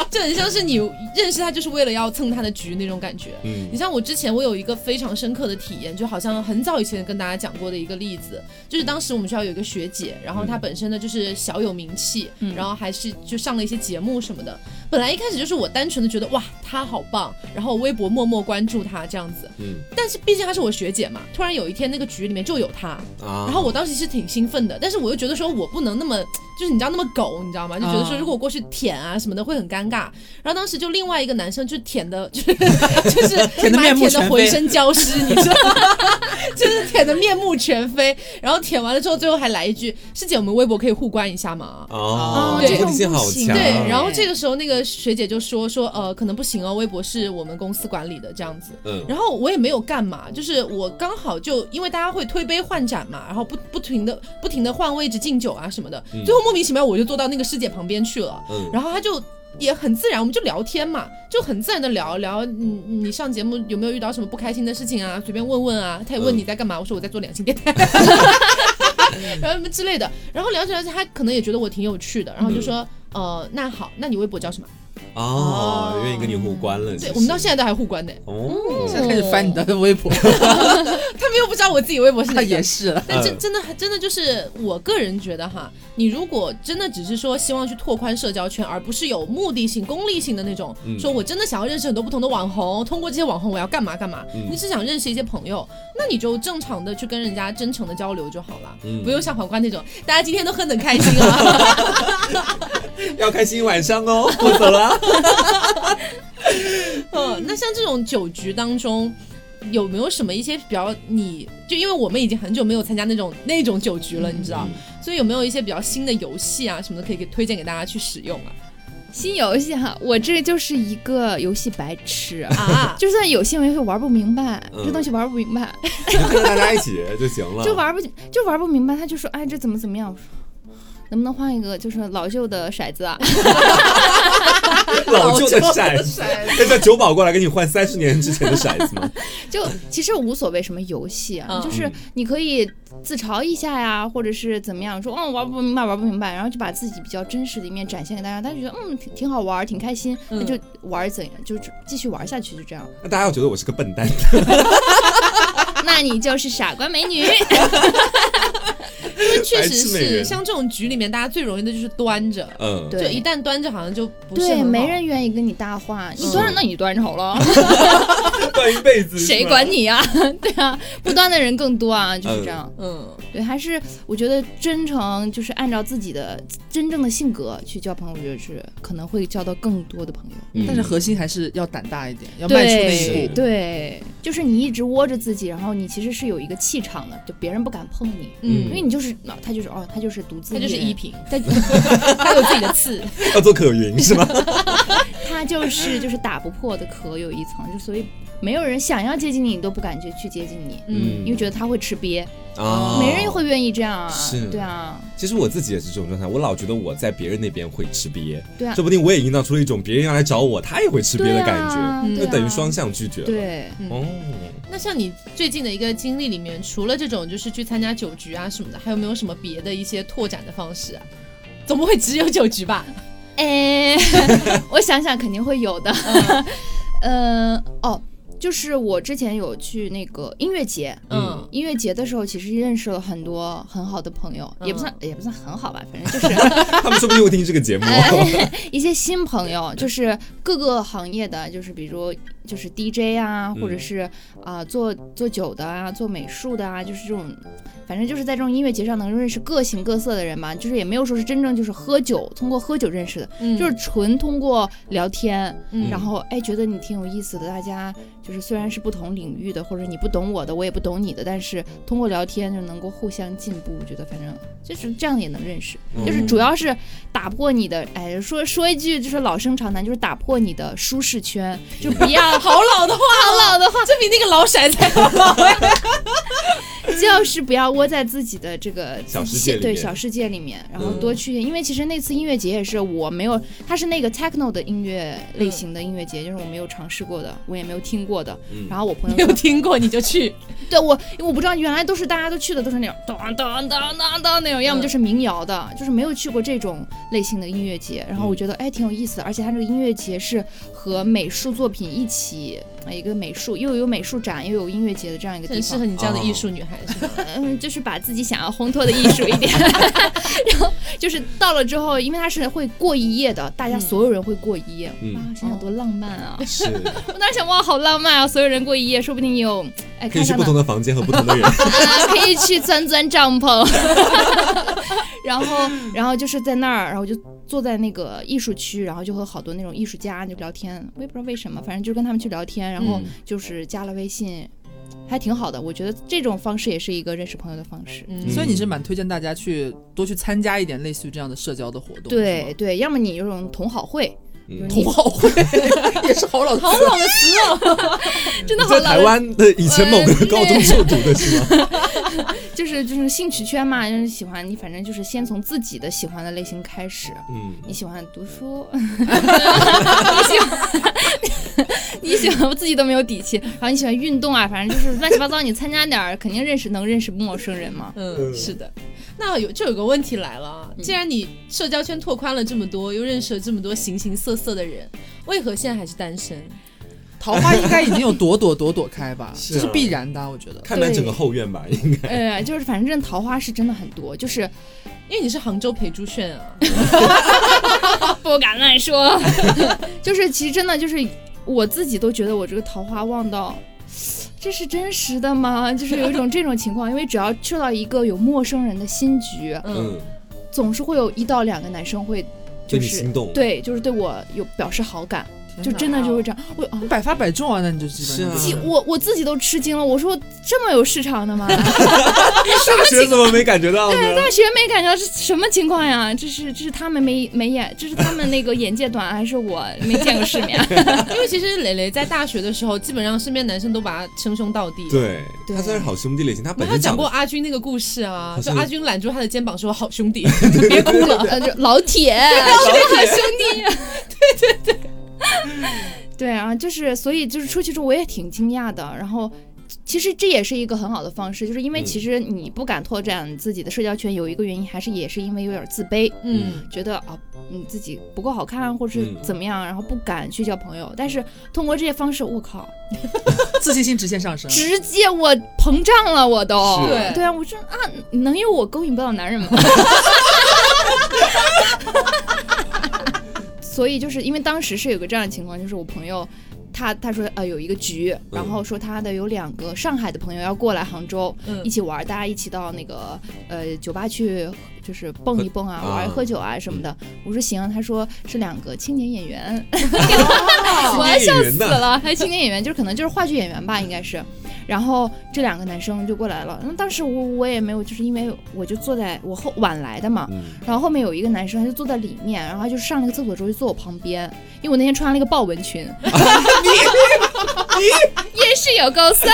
S1: 就很像是你认识他就是为了要蹭他的局那种感觉。
S2: 嗯
S1: 你像我之前，我有一个非常深刻的体验，就好像很早以前跟大家讲过的一个例子，就是当时我们学校有一个学姐，然后她本身呢就是小有名气，
S4: 嗯
S1: 然后还是就上了一些节目什么的。本来一开始就是我单纯的觉得哇她好棒，然后微博默默关注她这样子，
S2: 嗯
S1: 但是毕竟她是我学姐嘛，突然有一天那个局里面就有她，
S2: 啊，
S1: 然后我当时是挺兴奋的，但是我又觉得说我不能那么，就是你知道那么狗，你知道吗？就觉得说
S3: 啊
S1: 如果我过去舔啊什么的会很尴尬。然后当时就另外一个男生就舔的，就是就是
S3: 舔得
S1: 把
S3: 面
S1: 舔
S3: 目
S1: 的
S3: 全
S1: 浑
S3: 非
S1: 身焦湿，你知道吗？ 就是舔的面目全非。然后舔完了之后，最后还来一句：“师姐，我们微博可以互关一下吗？”
S2: 哦，
S4: 对
S2: 目的性好强，
S1: 对，然后
S4: 哎
S1: 这个时候那个学姐就说说呃，可能不行哦，微博是我们公司管理的这样子。
S2: 嗯
S1: 然后我也没有干嘛，就是我刚好就因为大家会推杯换盏嘛，然后不不停的不停的换位置敬酒啊什么的，
S2: 嗯
S1: 最后莫名其妙我就坐到那个师姐旁边去了，
S2: 嗯，
S1: 然后她就。也很自然，我们就聊天嘛，就很自然的聊聊。你你上节目有没有遇到什么不开心的事情啊？随便问问啊。她也问
S2: 嗯
S1: 你在干嘛，我说我在做两性电台，
S3: 嗯
S1: 然后什么之类的。然后聊着聊着，她可能也觉得我挺有趣的，然后就
S3: 嗯
S1: 说，呃，那好，那你微博叫什么？
S2: 哦，愿意跟你互关了，
S1: 对
S2: 其实
S1: 我们到现在都还互关呢。
S2: 哦，
S3: 现在开始翻你的微 博，
S1: 他们又不知道我自己微博是哪
S3: 他
S1: 个。
S3: 也是了，
S1: 但真
S2: 嗯
S1: 真的真的就是我个人觉得哈，你如果真的只是说希望去拓宽社交圈，而不是有目的性、功利性的那种，
S2: 嗯
S1: 说我真的想要认识很多不同的网红，通过这些网红我要干嘛干嘛，
S2: 嗯
S1: 你只想认识一些朋友，那你就正常的去跟人家真诚的交流就好了。
S2: 嗯
S1: 不用像皇冠那种，大家今天都喝得很开心啊。
S2: 要开心一晚上 哦，我走了。
S1: 嗯，那像这种酒局当中，有没有什么一些比较你就因为我们已经很久没有参加那种那种酒局了，你知道，
S2: 嗯
S1: 所以有没有一些比较新的游戏啊什么的可以给推荐给大家去使用 啊？
S4: 新游戏哈，我这就是一个游戏白痴，
S1: 啊，
S4: 就算有些人会玩不明白，
S2: 嗯
S4: 这东西玩不明白，
S2: 你就跟着大家一起就行了，
S4: 就玩不就玩不明白，他就说哎这怎么怎么样，我说能不能换一个就是老旧的骰子啊？
S2: 老旧的骰子，哎那叫酒保过来给你换三十年之前的骰子吗？
S4: 就其实无所谓什么游戏啊，
S1: 嗯
S4: 就是你可以自嘲一下呀，或者是怎么样，说嗯玩不明白玩不明白，然后就把自己比较真实的一面展现给大家，大家觉得嗯挺挺好玩，挺开心，
S1: 嗯
S4: 那就玩怎样就继续玩下去，就这样。
S2: 那大家要觉得我是个笨蛋，
S4: 那你就是傻瓜美 女，
S1: 确实
S2: 白痴美
S1: 是
S2: 人
S1: 像这种局里面，大家最容易的就是端着，
S2: 嗯，
S1: 就一
S4: 对。
S1: 旦端着，好像就不是
S4: 对，
S1: 很好
S4: 没人愿意跟你搭话，你端着那你端着好 了，
S2: 断一辈子，
S4: 谁管？你呀、对啊， 不端的人更多啊，就是这样。
S1: 嗯
S4: 对，还是我觉得真诚就是按照自己的真正的性格去交朋友，我觉得是可能会交到更多的朋友。
S2: 嗯
S3: 但是核心还是要胆大一点，要迈出那一
S4: 对
S3: 步。
S4: 对，就是你一直窝着自己，然后你其实是有一个气场的，就别人不敢碰你，
S1: 嗯
S4: 因
S2: 嗯，
S4: 为你就是啊他就是哦，他就是独自
S1: 他
S4: 一
S1: 就是
S4: 人
S1: 依萍，他 他有自己的刺，
S2: 要做可云是 吗？
S4: 他就是就是打不破的壳有一层，就所以没有人想要接近你，你都不敢去去接近你，
S1: 嗯
S2: 嗯
S4: 因为觉得他会吃瘪，
S2: 啊
S4: 没人会愿意这样啊
S2: 是，
S4: 对啊，
S2: 其实我自己也是这种状态，我老觉得我在别人那边会吃瘪，
S4: 对啊
S2: 说不定我也营造出了一种别人要来找我，他也会吃瘪
S4: 对
S2: 的
S4: 啊
S2: 感觉，
S1: 嗯
S4: 对
S2: 那
S4: 啊
S2: 等于双向拒绝了。
S4: 对。嗯
S2: 哦，
S1: 那像你最近的一个经历里面，除了这种就是去参加酒局啊什么的，还有没有什么别的一些拓展的方式啊？总不会只有酒局吧？
S4: 哎，我想想肯定会有的。 嗯、哦，就是我之前有去那个音乐节，
S2: 嗯
S1: 嗯
S4: 音乐节的时候，其实认识了很多很好的朋友，
S2: 嗯
S4: 也不算也不算很好吧，反正就是
S2: 他们说不定会听这个节目。哦
S4: 哎一些新 朋友，就是各个行业的，就是比如就是 DJ 啊，
S2: 嗯
S4: 或者是啊、做做酒的啊，做美术的啊，就是这种。反正就是在这种音乐节上能认识各形各色的人嘛，就是也没有说是真正就是喝酒，通过喝酒认识的，
S1: 嗯
S4: 就是纯通过聊天，
S1: 嗯
S4: 然后哎觉得你挺有意思的，大家就是虽然是不同领域的，或者你不懂我的，我也不懂你的，但是通过聊天就能够互相进步，我觉得反正就是这样也能认识，
S2: 嗯
S4: 就是主要是打破你的哎说说一句就是老生常谈，就是打破你的舒 适圈，就不要
S1: 好老的话，
S4: 好老的话，
S1: 这比那个老骰子还要老。
S4: 就就是不要窝在自己的这个
S2: 小
S4: 自己
S2: 世界里
S4: 对
S2: 面
S4: 小世界里面，然后
S2: 嗯
S4: 多去，因为其实那次音乐节也是我没有，它是那个 techno 的音乐类型的音乐节，就是我没有尝试过的，我也没有听过的。
S2: 嗯
S4: 然后我朋友
S1: 没有
S4: 说，
S1: 听过你就去，
S4: 对我我不知道原来都是大家都去的都是那种当当当当当那种，要么就是民谣的，就是没有去过这种类型的音乐节。然后
S2: 嗯
S4: 我觉得哎挺有意思的，而且它这个音乐节是和美术作品一起，呃一个美术又有美术展又有音乐节的这样一个地
S1: 很
S4: 方。
S1: 适合你这样的艺术女孩，是吧？
S4: 嗯，就是把自己想要烘托的艺术一点， 然后就是到了之后，因为他是会过一夜的，大家所有人会过一夜，
S2: 嗯
S4: 哇， 想想多浪漫啊！
S2: 是
S4: 我当时想，哇，好浪漫啊！所有人过一夜，说不定也有，哎，
S2: 可
S4: 看
S2: 以去
S4: 上
S2: 不
S4: 哪
S2: 同的房间和不同的人，
S4: 啊，可以去钻钻帐篷， 然后，然后就是在那儿，然后就坐在那个艺术区，然后就和好多那种艺术家就聊天，我也不知道为什么，反正就跟他们去聊天，然后
S2: 嗯
S4: 就是加了微信，还挺好的。我觉得这种方式也是一个认识朋友的方式。
S1: 嗯，
S3: 所以你是蛮推荐大家去多去参加一点类似于这样的社交的活动。是
S4: 对
S3: 吗，
S4: 对，要么你有种同好会，
S2: 嗯
S4: 同
S3: 同好会 也是好老好老的词哦。
S4: 真的好
S2: 嗯在台
S4: 老，
S2: 湾的以前某个高中就读的是吗？
S4: 就是就是兴趣圈嘛，就是喜欢你，反正就是先从自己的喜欢的类型开始。你
S2: 嗯，
S4: 喜欢读书， 你喜欢你喜欢，我自己都没有底气。然后你喜欢运动啊，反正就是乱七八糟，你参加点儿，肯定认识能认识陌生人 嘛。
S1: 嗯，是的。那有就有个问题来了啊，既然你社交圈拓宽了这么多，又认识了这么多形形色色的人，为何现在还是单身？
S3: 桃花应该已经有朵朵朵朵开吧，
S2: 是啊
S3: 这是必然的啊，我觉得。
S2: 看满整个后院吧，应该
S4: 呃，就是反正桃花是真的很多，就是
S1: 因为你是杭州裴珠炫啊，
S4: 不敢乱说， 就是其实真的就是我自己都觉得我这个桃花旺到，这是真实的吗？就是有一种这种情况，因为只要去到一个有陌生人的新局，
S1: 嗯，
S2: 嗯，
S4: 总是会有一到两个男生会
S2: 对
S4: 就
S2: 你
S4: 是
S2: 心动，
S4: 对，就是对我有表示好感，
S3: 天
S4: 就
S3: 哪
S4: 真的就会这样。我啊，
S3: 百发百中啊，那你就基本上就是
S4: 几
S2: 啊
S4: 我我自己都吃惊了，我说这么有市场的吗？
S2: 大学怎么没感觉到呢？
S4: 大学没感觉到是什么情况呀？这是这是他们没没眼，这是他们那个眼界短，还是我没见过世 面？
S2: 嗯
S1: 因为其实蕾蕾在大学的时候，基本上身边男生都把她称兄道弟。。
S2: 对
S4: 对
S2: 他虽然好兄弟类型，他
S1: 没
S2: 本
S1: 有
S2: 身
S1: 讲
S2: 长
S1: 过
S2: 得
S1: 阿军那个故事啊，
S2: 好
S1: 就
S2: 像
S1: 阿军揽住他的肩膀说：“好兄弟。
S4: 别哭了，呃就 老铁，好兄弟，对 对对。对啊，就是所以就是出去之后我也挺惊讶的，然后其实这也是一个很好的方式，就是因为
S2: 嗯
S4: 其实你不敢拓展自己的社交圈，有一个原因还是也是因为有点自卑，”
S1: 嗯，
S4: 觉得啊你自己不够好看或者是
S2: 嗯
S4: 怎么样，然后不敢去交朋友。但是通过这些方式，我靠，
S3: 自信心直线上升。
S4: 直接我膨胀了，我都
S2: 嗯是
S1: 对
S4: 对啊，我说啊，能有我勾引不到男人 吗？所以就是因为当时是有个这样的情况，就是我朋友。他他说呃有一个局，
S2: 嗯
S4: 然后说他的有两个上海的朋友要过来杭州、
S1: 嗯
S4: 一起玩，大家一起到那个呃酒吧去，就是蹦一蹦啊，
S2: 喝
S4: 玩
S2: 啊
S4: 喝酒啊什么的。我说行，他说是两个青年演员， 我
S2: 演
S4: 还笑
S2: 员
S4: 死
S2: 呢
S4: 了，还青年演员，就是可能就是话剧演员吧，应该是。然后这两个男生就过来了，嗯那当时我我也没有，就是因为我就坐在我后晚来的嘛，
S2: 嗯，
S4: 然后后面有一个男生他就坐在里面，然后他就上了个厕所之后就坐我旁边，因为我那天穿了一个豹纹裙，也是有够骚，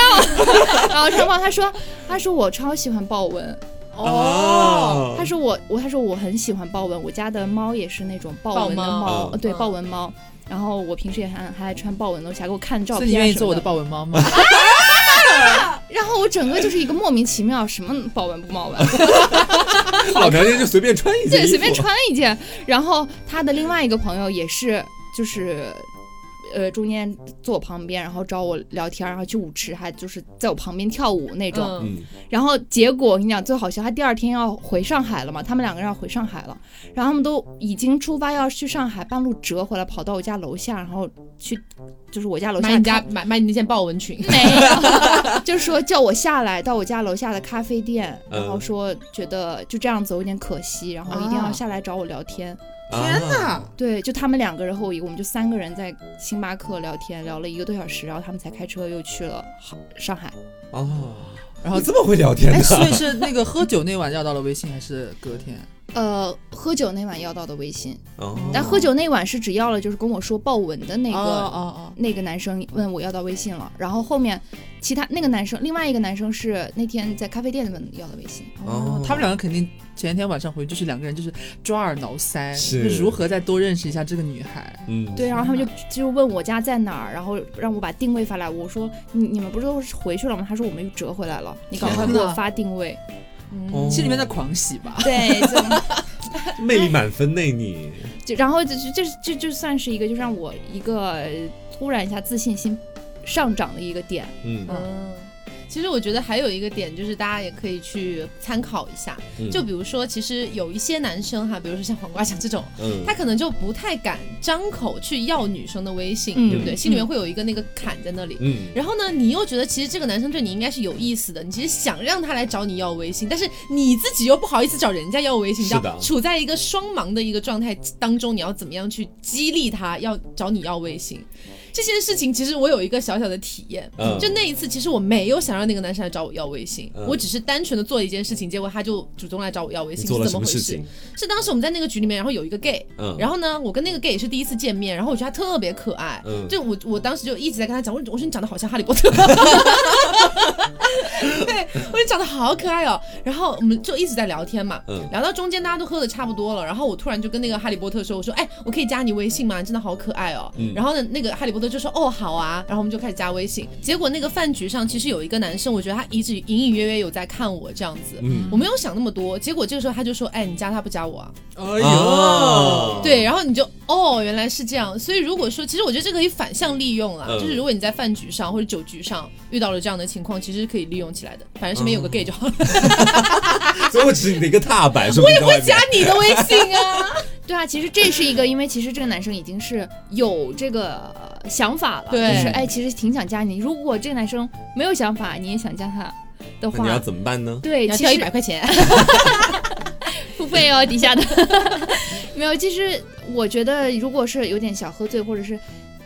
S4: 然后穿豹，他说他说我超喜欢豹纹。
S2: 哦
S4: 他说我我他说我很喜欢豹纹，我家的猫也是那种豹纹的
S1: 豹
S2: 猫
S4: 猫，
S2: 嗯
S4: 呃对
S1: 嗯
S4: 豹纹猫。然后我平时也还还爱穿豹纹的，我还给我看照
S3: 所以
S4: 片啊什么的。
S3: 你愿意做我的豹纹猫 吗？
S4: 然后我整个就是一个莫名其妙，什么豹纹不豹纹，
S2: 老娘今就随便穿一件
S4: 对，
S2: 衣服，
S4: 随便穿了一件。然后他的另外一个朋友也是，就是。呃，中间坐我旁边，然后找我聊天，然后去舞池，还就是在我旁边跳舞那种。
S1: 嗯，
S2: 嗯，
S4: 然后结果我跟你讲最好笑，他第二天要回上海了嘛，他们两个人要回上海了，然后他们都已经出发要去上海，半路折回来，跑到我家楼下，然后去就是我家楼下
S1: 买你家
S4: 看
S1: 买买你那件豹纹 裙，
S4: 没 有，就说叫我下来到我家楼下的咖啡店，
S2: 嗯
S4: 然后说觉得就这样子有点可惜，然后一定要下来找我聊天。
S3: 天
S2: 啊，
S3: 哪！
S4: 对，就他们两个人和我一个，我们就三个人在星巴克聊天，聊了一个多小时，然后他们才开车又去了好上海。
S2: 哦，
S3: 然
S2: 你
S3: 后
S2: 这么会聊天
S3: 哎，
S2: 的，
S3: 所以是那个喝酒那晚要到了微信，还是隔天？
S4: 呃，喝酒那晚要到的微信，
S2: 哦，
S4: 但喝酒那晚是只要了就是跟我说豹纹的 那
S3: 哦
S4: 个、
S3: 哦
S4: 那个男生问我要到微信了，然后后面其他那个男生，另外一个男生是那天在咖啡店问要的微信，
S3: 哦哦，他们两个肯定前一天晚上回去就是两个人就是抓耳挠腮，
S2: 是
S3: 就如何再多认识一下这个女孩？
S2: 嗯，
S4: 对，然后他们就就问我家在哪儿，然后让我把定位发来，我说你你们不是都回去了吗？他说我们又折回来了，你赶快给我发定位。
S1: 嗯
S2: 哦
S3: 心里面在狂喜吧。
S4: 对，就
S2: 魅力满分内你，
S4: 就然后就就这这就算是一个，就让我一个呃突然一下自信心上涨的一个点。
S2: 嗯
S1: 嗯，其实我觉得还有一个点，就是大家也可以去参考一下。
S2: 嗯
S1: 就比如说，其实有一些男生哈，比如说像黄瓜酱这种，
S2: 嗯
S1: 他可能就不太敢张口去要女生的微信，
S4: 嗯
S1: 对不对？心里面
S4: 嗯
S1: 会有一个那个坎在那里。
S2: 嗯，
S1: 然后呢，你又觉得其实这个男生对你应该是有意思的，你其实想让他来找你要微信，但是你自己又不好意思找人家要微信，你知
S2: 是
S1: 道
S2: 的，
S1: 处在一个双盲的一个状态当中，你要怎么样去激励他要找你要微信？这件事情其实我有一个小小的体验，
S2: 嗯
S1: 就那一次，其实我没有想让那个男生来找我要微信，
S2: 嗯
S1: 我只是单纯的做了一件事情，结果他就主动来找我要微
S2: 你
S1: 信，
S2: 做了
S1: 是
S2: 什
S1: 怎么
S2: 么
S1: 回
S2: 事
S1: 事
S2: 情？？
S1: 是当时我们在那个局里面，然后有一个 gay，
S2: 嗯，
S1: 然后呢，我跟那个 gay 也是第一次见面，然后我觉得他特别可爱，
S2: 嗯
S1: 就我我当时就一直在跟他讲，我说我说你长得好像哈利波特， 对，我说你长得好可爱哦。然后我们就一直在聊天嘛，
S2: 嗯
S1: 聊到中间大家都喝的差不多了，然后我突然就跟那个哈利波特说，我说哎，我可以加你微信吗？你真的好可爱哦。
S2: 嗯
S1: 然后呢，那个哈利波特就说哦好啊，然后我们就开始加微信。结果那个饭局上其实有一个男生，我觉得他一直隐隐约约有在看我这样子。
S2: 嗯，
S1: 我没有想那么多，结果这个时候他就说：“哎，你加他不加我啊？”
S3: 哎
S2: 哦
S1: 对，然后你就哦，原来是这样。所以如果说，其实我觉得这可以反向利用啦，
S2: 嗯
S1: 就是如果你在饭局上或者酒局上遇到了这样的情况，其实可以利用起来的。反正身边有个 gay 就好了，
S2: 所以我只是你的一个踏板，是不是？我也
S1: 会加你的微 信啊。
S4: 对啊，其实这是一个，因为其实这个男生已经是有这个呃想法了，
S1: 对
S4: 就是哎，其实挺想加你。如果这个男生没有想法，你也想加他的
S2: 那你要
S4: 话，
S2: 怎么办呢？
S4: 对，
S1: 你要
S4: 其
S1: 交一
S4: 实
S1: 百块钱，
S4: 付费哦，底下的 没有。其实我觉得，如果是有点小喝醉，或者是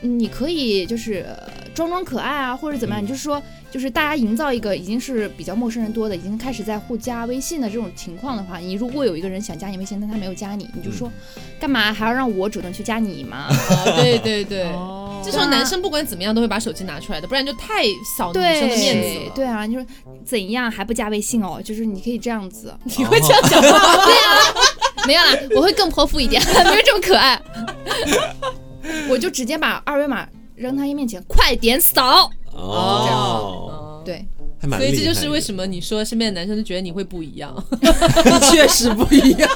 S4: 嗯你可以就是呃装装可爱啊，或者怎么样，
S2: 嗯
S4: 你就是说，就是大家营造一个已经是比较陌生人多的，已经开始在互加微信的这种情况的话，你如果有一个人想加你微信，但他没有加你，你就说、
S1: 嗯
S4: 干嘛还要让我主动去加你 嘛？
S1: 啊对对对。
S3: 哦
S1: 这时候男生不管怎么样都会把手机拿出来的，不然就太扫女生的面子
S4: 对
S1: 了。
S4: 对啊，你说怎样还不加微信哦？就是你可以这样子，哦
S1: 你会这样讲话？
S4: 没有啦，我会更泼妇一点， 没有这么可爱。我就直接把二维码扔他一面前，快点扫。
S2: 哦，
S4: 对，
S2: 还蛮
S1: 所以
S2: 厉
S1: 这
S2: 害
S1: 就
S2: 的
S1: 是为什么你说身边的男生就觉得你会不一样。
S3: 确实不一 样。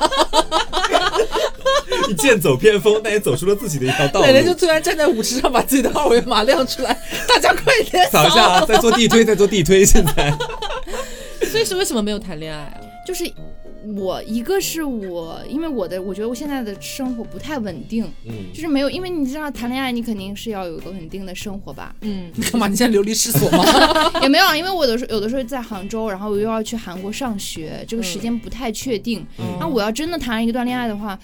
S2: 你 剑走偏锋，但也走出了自己的一条道
S3: 奶奶就
S2: 路。
S3: 突然站在舞池上，把自己的二维码亮出来，大家快点
S2: 扫一下啊，在做地推，在做地推，现在
S1: 所以是为什么没有谈恋爱啊？。
S4: 就是我一个是我，因为我的我觉得我现在的生活不太稳定，
S2: 嗯
S4: 就是没有，因为你知道谈恋爱，你肯定是要有一个稳定的生活吧
S1: 嗯，
S3: 干嘛？你现在流离失所吗？
S4: 也没有啊，因为我有的时候有的时候在杭州，然后我又要去韩国上学，这个时间不太确定。
S2: 嗯
S4: 啊
S1: 哦
S4: 那我要真的谈一段恋爱的话，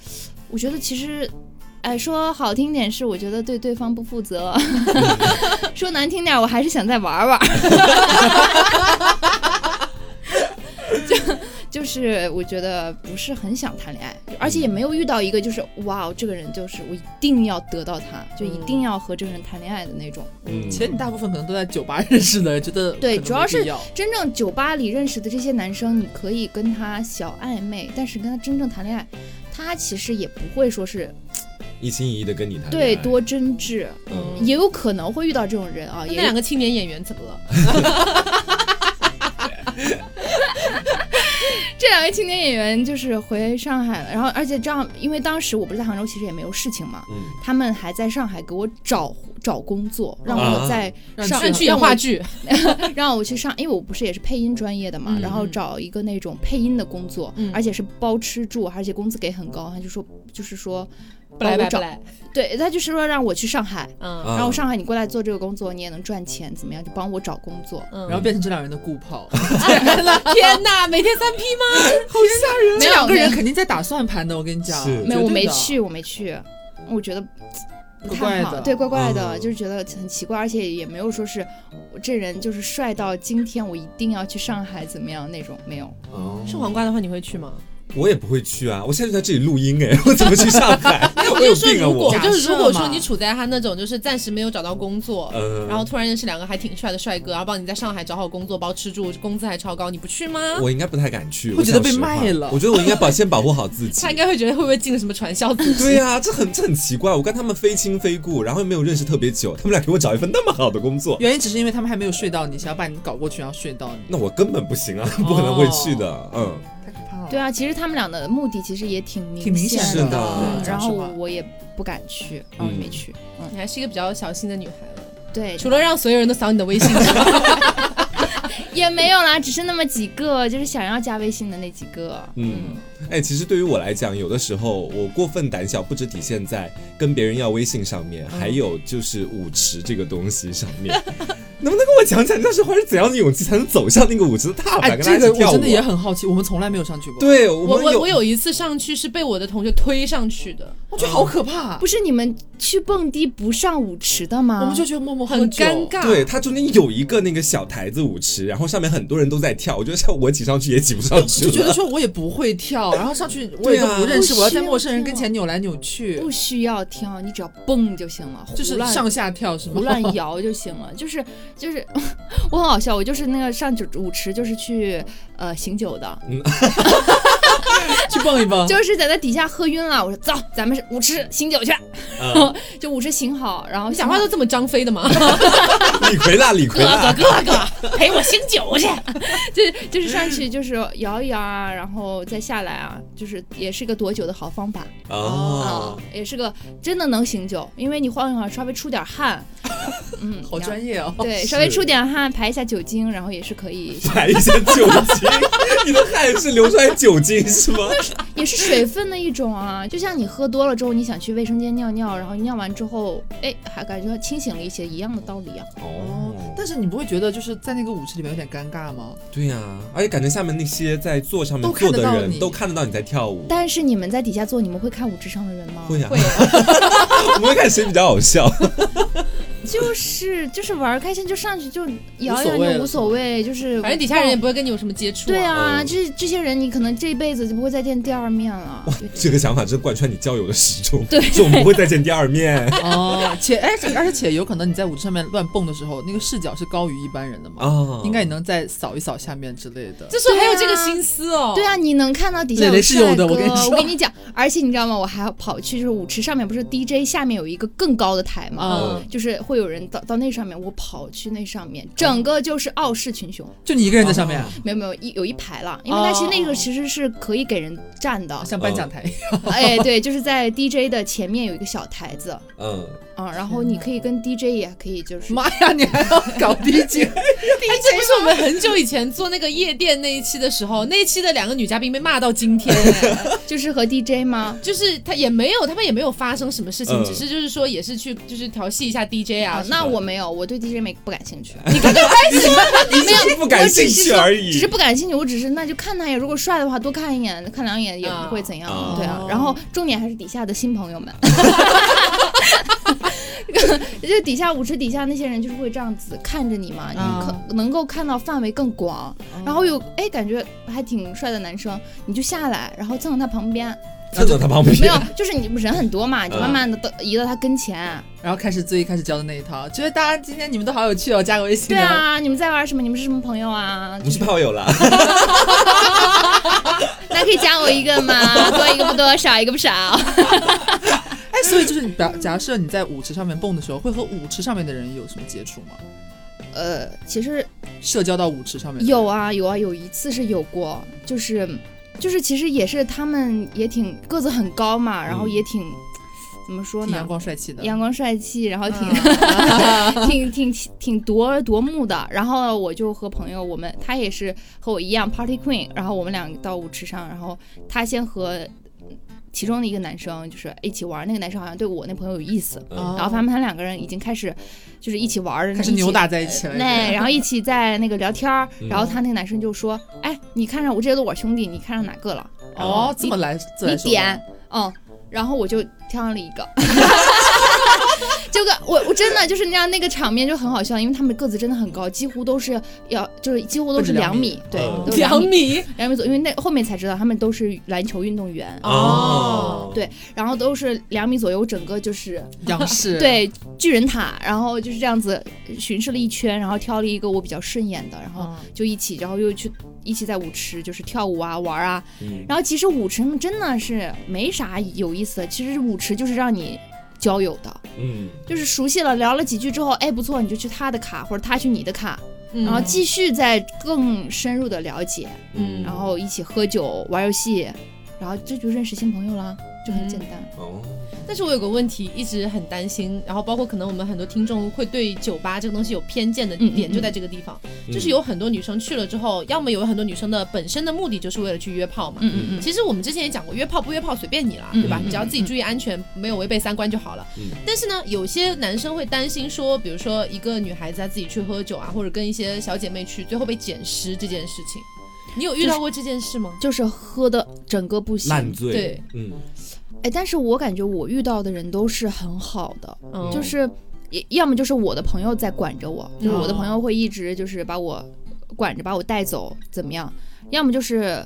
S4: 我觉得其实，哎，说好听点是我觉得对对方不负责，说难听点我还是想再玩 玩。就就是我觉得不是很想谈恋爱，而且也没有遇到一个就是哇哦，这个人就是我一定要得到他，就一定要和这个人谈恋爱的那种。
S2: 嗯
S3: 其实你大部分可能都在酒吧认识的，觉得
S4: 对
S3: 可能没
S4: 主要是
S3: 必要
S4: 真正酒吧里认识的这些男生，你可以跟他小暧昧，但是跟他真正谈恋爱，他其实也不会说是
S2: 一心一意的跟你谈恋爱
S4: 对多真挚，
S2: 嗯
S4: 也有可能会遇到这种人啊。
S1: 那
S4: 也
S1: 两个青年演员怎么了？
S4: 这两位青年演员就是回上海了，然后而且这样，因为当时我不是在杭州，其实也没有事情嘛，
S2: 嗯
S4: 他们还在上海给我找找工作，让
S2: 啊
S4: 我在
S3: 让
S4: 上
S1: 上
S3: 你
S1: 去演话剧，
S4: 让我去上，因为我不是也是配音专业的嘛，
S2: 嗯
S4: 然后找一个那种配音的工作，
S1: 嗯
S4: 而且是包吃住，而且工资给很高，他就说就是说
S1: 不来
S4: 帮
S1: 白
S4: 我
S1: 不
S4: 找
S1: 来。
S4: 对，他就是说让我去上海，
S1: 嗯
S2: 啊
S4: 然后上海你过来做这个工作，你也能赚钱，怎么样？就帮我找工作。
S1: 嗯，
S3: 然后变成这两人的顾 炮，
S1: 天哪，每天三 P 吗？
S4: 没
S3: 这
S4: 有
S3: 两个
S4: 没有
S3: 人肯定在打算盘的。我跟你讲，
S2: 是
S4: 啊没
S3: 绝
S4: 有，
S3: 对
S4: 我没
S3: 的
S4: 去，我没去，我觉得不
S3: 怪
S4: 太
S3: 怪
S4: 好，
S3: 的
S4: 对，怪怪的，
S2: 嗯
S4: 就是觉得很奇怪，而且也没有说是我这人就是帅到今天我一定要去上海怎么样那种，没有，
S2: 哦
S1: 是黄瓜的话，你会去吗？
S2: 我也不会去啊，我现在就在这里录音哎， 我怎么去上海？
S1: 我
S2: 我有
S1: 就说，
S2: 病啊
S1: 如
S2: 我
S1: 果！就是如
S3: 假设
S1: 果
S3: 嘛
S1: 说你处在他那种就是暂时没有找到工作，
S2: 嗯
S1: 然后突然认识两个还挺帅的帅哥，然后帮你在上海找好工作，包吃住，工资还超高，你不去吗？
S2: 呃我应该不太敢去，
S3: 会觉得
S2: 我讲
S3: 被
S2: 实话
S3: 卖了
S2: 我觉得我应该保先保护 好自己
S1: 他。应该会觉得会不会进了什么传销组织？
S2: 对呀、这很这很奇怪，我跟他们非亲非故，然后又没有认识特别久，他们俩给我找一份那么好的工作，
S3: 原因只是因为他们还没有睡到你，想要把你搞过去，然后睡到你，
S2: 那我根本不行啊，
S3: 哦
S2: 不可能会去的。嗯
S3: 太可怕了。
S4: 对，啊，其实他们俩的目的其实也挺明
S3: 挺明显
S4: 显
S2: 的是的
S4: 的，嗯
S3: 对
S4: 然后
S3: 讲实话
S4: 我也不敢去，然后
S2: 嗯
S4: 没去。嗯，
S1: 你还是一个比较小心的女孩了，
S4: 对，
S1: 除了让所有人都扫你的微 信之外，
S4: 也没有啦，只是那么几个，就是想要加微信的那几个。
S2: 嗯嗯，哎，其实对于我来讲，有的时候我过分胆小不只体现在跟别人要微信上
S3: 嗯
S2: 面，还有就是舞池这个东西上面。 能不能跟我讲讲，你那时候是怎样的勇气才能走上那个舞池的踏板，
S3: 哎，
S2: 跟大
S3: 这
S2: 家
S3: 个
S2: 一
S3: 我
S2: 起跳舞？啊
S3: 真的也很好奇，我们从来没有上去过，，
S2: 对，啊
S1: 我
S2: 我们
S1: 我
S2: 有
S1: 我有一次上去是被我的同学推上去的，
S3: 我觉得好可怕。
S4: 不是啊你们去蹦迪不上舞池的吗？
S3: 我们就去默默喝
S1: 很
S3: 酒
S1: 尴。尬。
S2: 对，它中间有一个那个小台子舞池，然后上面很多人都在跳，我觉得像我挤上去也挤不上去
S3: 就觉 得
S2: 了。
S3: 说我也不会跳，然后上去我也都不认识，
S4: 对啊
S3: 我要在陌生人跟前扭来扭去
S4: 不，需要跳，你只要蹦就行了，
S3: 就是
S4: 胡乱
S3: 上下跳是
S4: 胡
S3: 吗？
S4: 乱摇就行了。就是就是 我很好笑，我就是那个上酒舞池就是去呃醒酒的，
S3: 去蹦一
S2: 嗯
S3: 蹦，
S4: 就是在那底下喝晕了。我说走，咱们是舞池醒酒去，
S2: 嗯
S4: 就舞池醒好，然后
S1: 你
S4: 醒
S1: 讲话
S4: 好
S1: 都这么张飞 的吗？
S2: 李逵啦，李 逵啦，
S4: 哥哥 陪我醒酒去， 就是就是上去就是摇一摇啊，然后再下来啊，就是也是个躲酒的好方法啊、
S2: 哦，
S4: 也是个真的能醒酒，因为你晃一晃稍微出点 汗，嗯，
S3: 好专
S4: 业。
S3: 业哦。
S4: 对，
S2: 是
S4: 稍微出点汗，排一下酒精，然后也是可以，
S2: 排一下酒精， 你的汗是流出来酒精是吗？
S4: 也是水分的一种啊。就像你喝多了之后，你想去卫生间尿尿，然后尿完之后，哎，还感觉清醒了一些，一样的道理啊。
S3: 哦，但是你不会觉得就是在那个舞池里面有点尴尬 吗？
S2: 对呀、而且感觉下面那些在座上面
S3: 都看
S2: 坐
S3: 得
S2: 的
S3: 到
S2: 人
S3: 你
S2: 都看得到你在跳舞，
S4: 但是你们在底下做，你们会看舞池上的人吗？
S2: 会呀、
S1: 会啊，
S2: 我们会看谁比较好笑。
S4: 就是就是玩儿开心就上去就摇
S3: 无
S4: 一摇
S3: 所谓
S4: 就
S3: 了
S4: 无所谓，就是
S1: 反正底下人也不会跟你有什么接触、
S4: 对啊，
S2: 嗯
S4: 这这些人你可能这辈子就不会再见第二面了。
S2: 这个想法真贯穿你交友的始终，
S4: 对
S2: 就我们不会再见第二面
S3: 哦，且哎，这而且有可能你在舞池上面乱蹦的时候，那个视角是高于一般人的嘛，
S4: 嗯
S2: 啊。
S3: 应该也能再扫一扫下面之类的。
S1: 这时候还有这个
S4: 对啊
S1: 心思哦。
S4: 对啊，你能看到底下
S3: 磊磊是
S4: 帅
S3: 有的
S4: 哥，
S3: 我跟你说
S4: 我跟你讲，而且你知道吗？我还跑去就是舞池上面不是 DJ 下面有一个更高的台嘛，
S2: 呃
S3: 啊、
S4: 就是会有人到到那上面，我跑去那上面，整个就是傲视群雄，
S3: 就你一个人在上面啊，
S4: 没有没有一有一排了，因为它其实那个其实是可以给人站的，
S3: 像颁奖台，
S4: 哎对，就是在 DJ 的前面有一个小台子，
S2: 嗯，
S4: 啊，然后你可以跟 DJ 也可以就 是
S3: 妈呀，你还要搞 DJ？
S1: 哎，这不是我们很久以前做那个夜店那一期的时候，那一期的两个女嘉宾被骂到今天、
S2: 嗯
S1: 哎
S4: 就是和 DJ 吗？
S1: 就是她也没有，他们也没有发生什么事情，
S2: 嗯
S1: 只是就是说也是去就是调戏一下 DJ 啊
S4: 啊，
S1: 什么的。
S4: 那我没有，我对 DJ 没不感兴趣，
S2: 你只是不感兴趣而
S4: 只
S2: 已。
S4: 是不感兴趣，我只是那就看他一眼，如果帅的话多看一眼，看两眼也
S1: 啊
S4: 不会怎样，
S2: 啊
S4: 对啊。然后重点还是底下的新朋 友们。就底下舞池底下那些人就是会这样子看着你嘛，
S2: 啊
S4: 你可、能够看到范围更广，然后有哎感觉还挺帅的男生，你就下来，然后蹭到他旁边，
S2: 站到他旁
S4: 没
S2: 边啊
S4: 有，就是你人很多嘛，你就慢慢的移到他跟前，啊
S3: 然后开始最一开始教的那一套，觉得大家今天你们都好有趣哦，加个微信。
S4: 对，啊，你们在玩什么？你们是什么朋友啊
S2: 我？们是炮友啦。
S4: 那可以加我一个 吗？多一个不多，少一个不少。
S3: 哎，所以就是你假假设你在舞池上面蹦的时候，会和舞池上面的人有什么接触吗？
S4: 呃，其实
S3: 社交到舞池上面的人
S4: 有啊有啊，有一次是有过，就是就是其实也是他们也挺个子很高嘛，然后也挺、怎么说
S3: 嗯挺阳
S4: 呢？
S3: 光帅气的，
S4: 阳光帅气，然后挺、
S1: 啊
S4: 挺 挺挺夺夺目的。然后我就和朋友，我们他也是和我一样 party queen，然后我们俩到舞池上，然后他先和其中的一个男生就是一起玩，那个男生好像对我那朋友有意思，
S3: 哦
S4: 然后他们他两个人已经开始就是一起玩儿，
S3: 开始
S4: 一起
S3: 扭。打在一起了。
S4: 那哎然后一起在那个聊天儿，
S2: 嗯
S4: 然后他那个男生就说：“哎，你看上我这些都我兄弟，你看上哪个了？
S3: 哦，这么来，这么
S4: 你哦
S3: 来说吧
S4: 点，嗯。”然后我就挑上了一个，就这个我我真的就是那样那个场面就很好笑，因为他们个子真的很高，几乎都是要就是几乎都
S3: 不
S4: 是
S3: 止两
S4: 两
S3: 米
S4: 米，对
S2: 嗯，
S4: 都是
S1: 两
S4: 两米
S1: 米
S4: 两米左右，因为那后面才知道他们都是篮球运动
S2: 嗯
S4: 员，
S1: 哦，
S4: 对然后都是两米左右，整个就是
S3: 央视，
S4: 对巨人塔，然后就是这样子巡视了一圈，然后挑了一个我比较顺眼的，然
S1: 哦
S4: 后
S3: 嗯，
S4: 就一起，然后又去一起在舞池就是跳舞啊玩啊，
S2: 嗯
S4: 然后其实舞池上真的是没啥有意思的，其实舞池就是让你交友的，
S2: 嗯，
S4: 就是熟悉了聊了几句之后，哎不错，你就去他的卡或者他去你的卡，
S1: 嗯
S4: 然后继续再更深入的了解，
S1: 嗯
S4: 然后一起喝酒玩游戏，然后这就认识新朋友了，就很简单。
S2: 哦，
S1: 但是我有个问题一直很担心，然后包括可能我们很多听众会对酒吧这个东西有偏见的
S4: 嗯嗯
S1: 点
S4: 嗯
S1: 就在这个地方，
S2: 嗯
S1: 就是有很多女生去了之后，要么有很多女生的本身的目的就是为了去约炮嘛。
S4: 嗯嗯嗯，
S1: 其实我们之前也讲过，约炮不约炮随便你啦，
S4: 嗯
S1: 对吧？
S4: 嗯
S1: 你只要自己注意安全，没有违背三观就好了。
S2: 嗯
S1: 但是呢，有些男生会担心说，比如说一个女孩子她自己去喝酒啊，或者跟一些小姐妹去，最后被捡尸这件事情，你有遇到过这件事吗？
S4: 就是喝的整个不行。
S2: 烂醉，
S1: 对，
S2: 嗯，
S4: 哎，但是我感觉我遇到的人都是很好的，
S1: 嗯，
S4: 就
S1: 就是
S4: 是也要么就是我的朋友在管着我，就是我的
S3: 嗯
S1: 哦
S4: 朋友会一直就是把我管着，把我带走怎么样？要么就是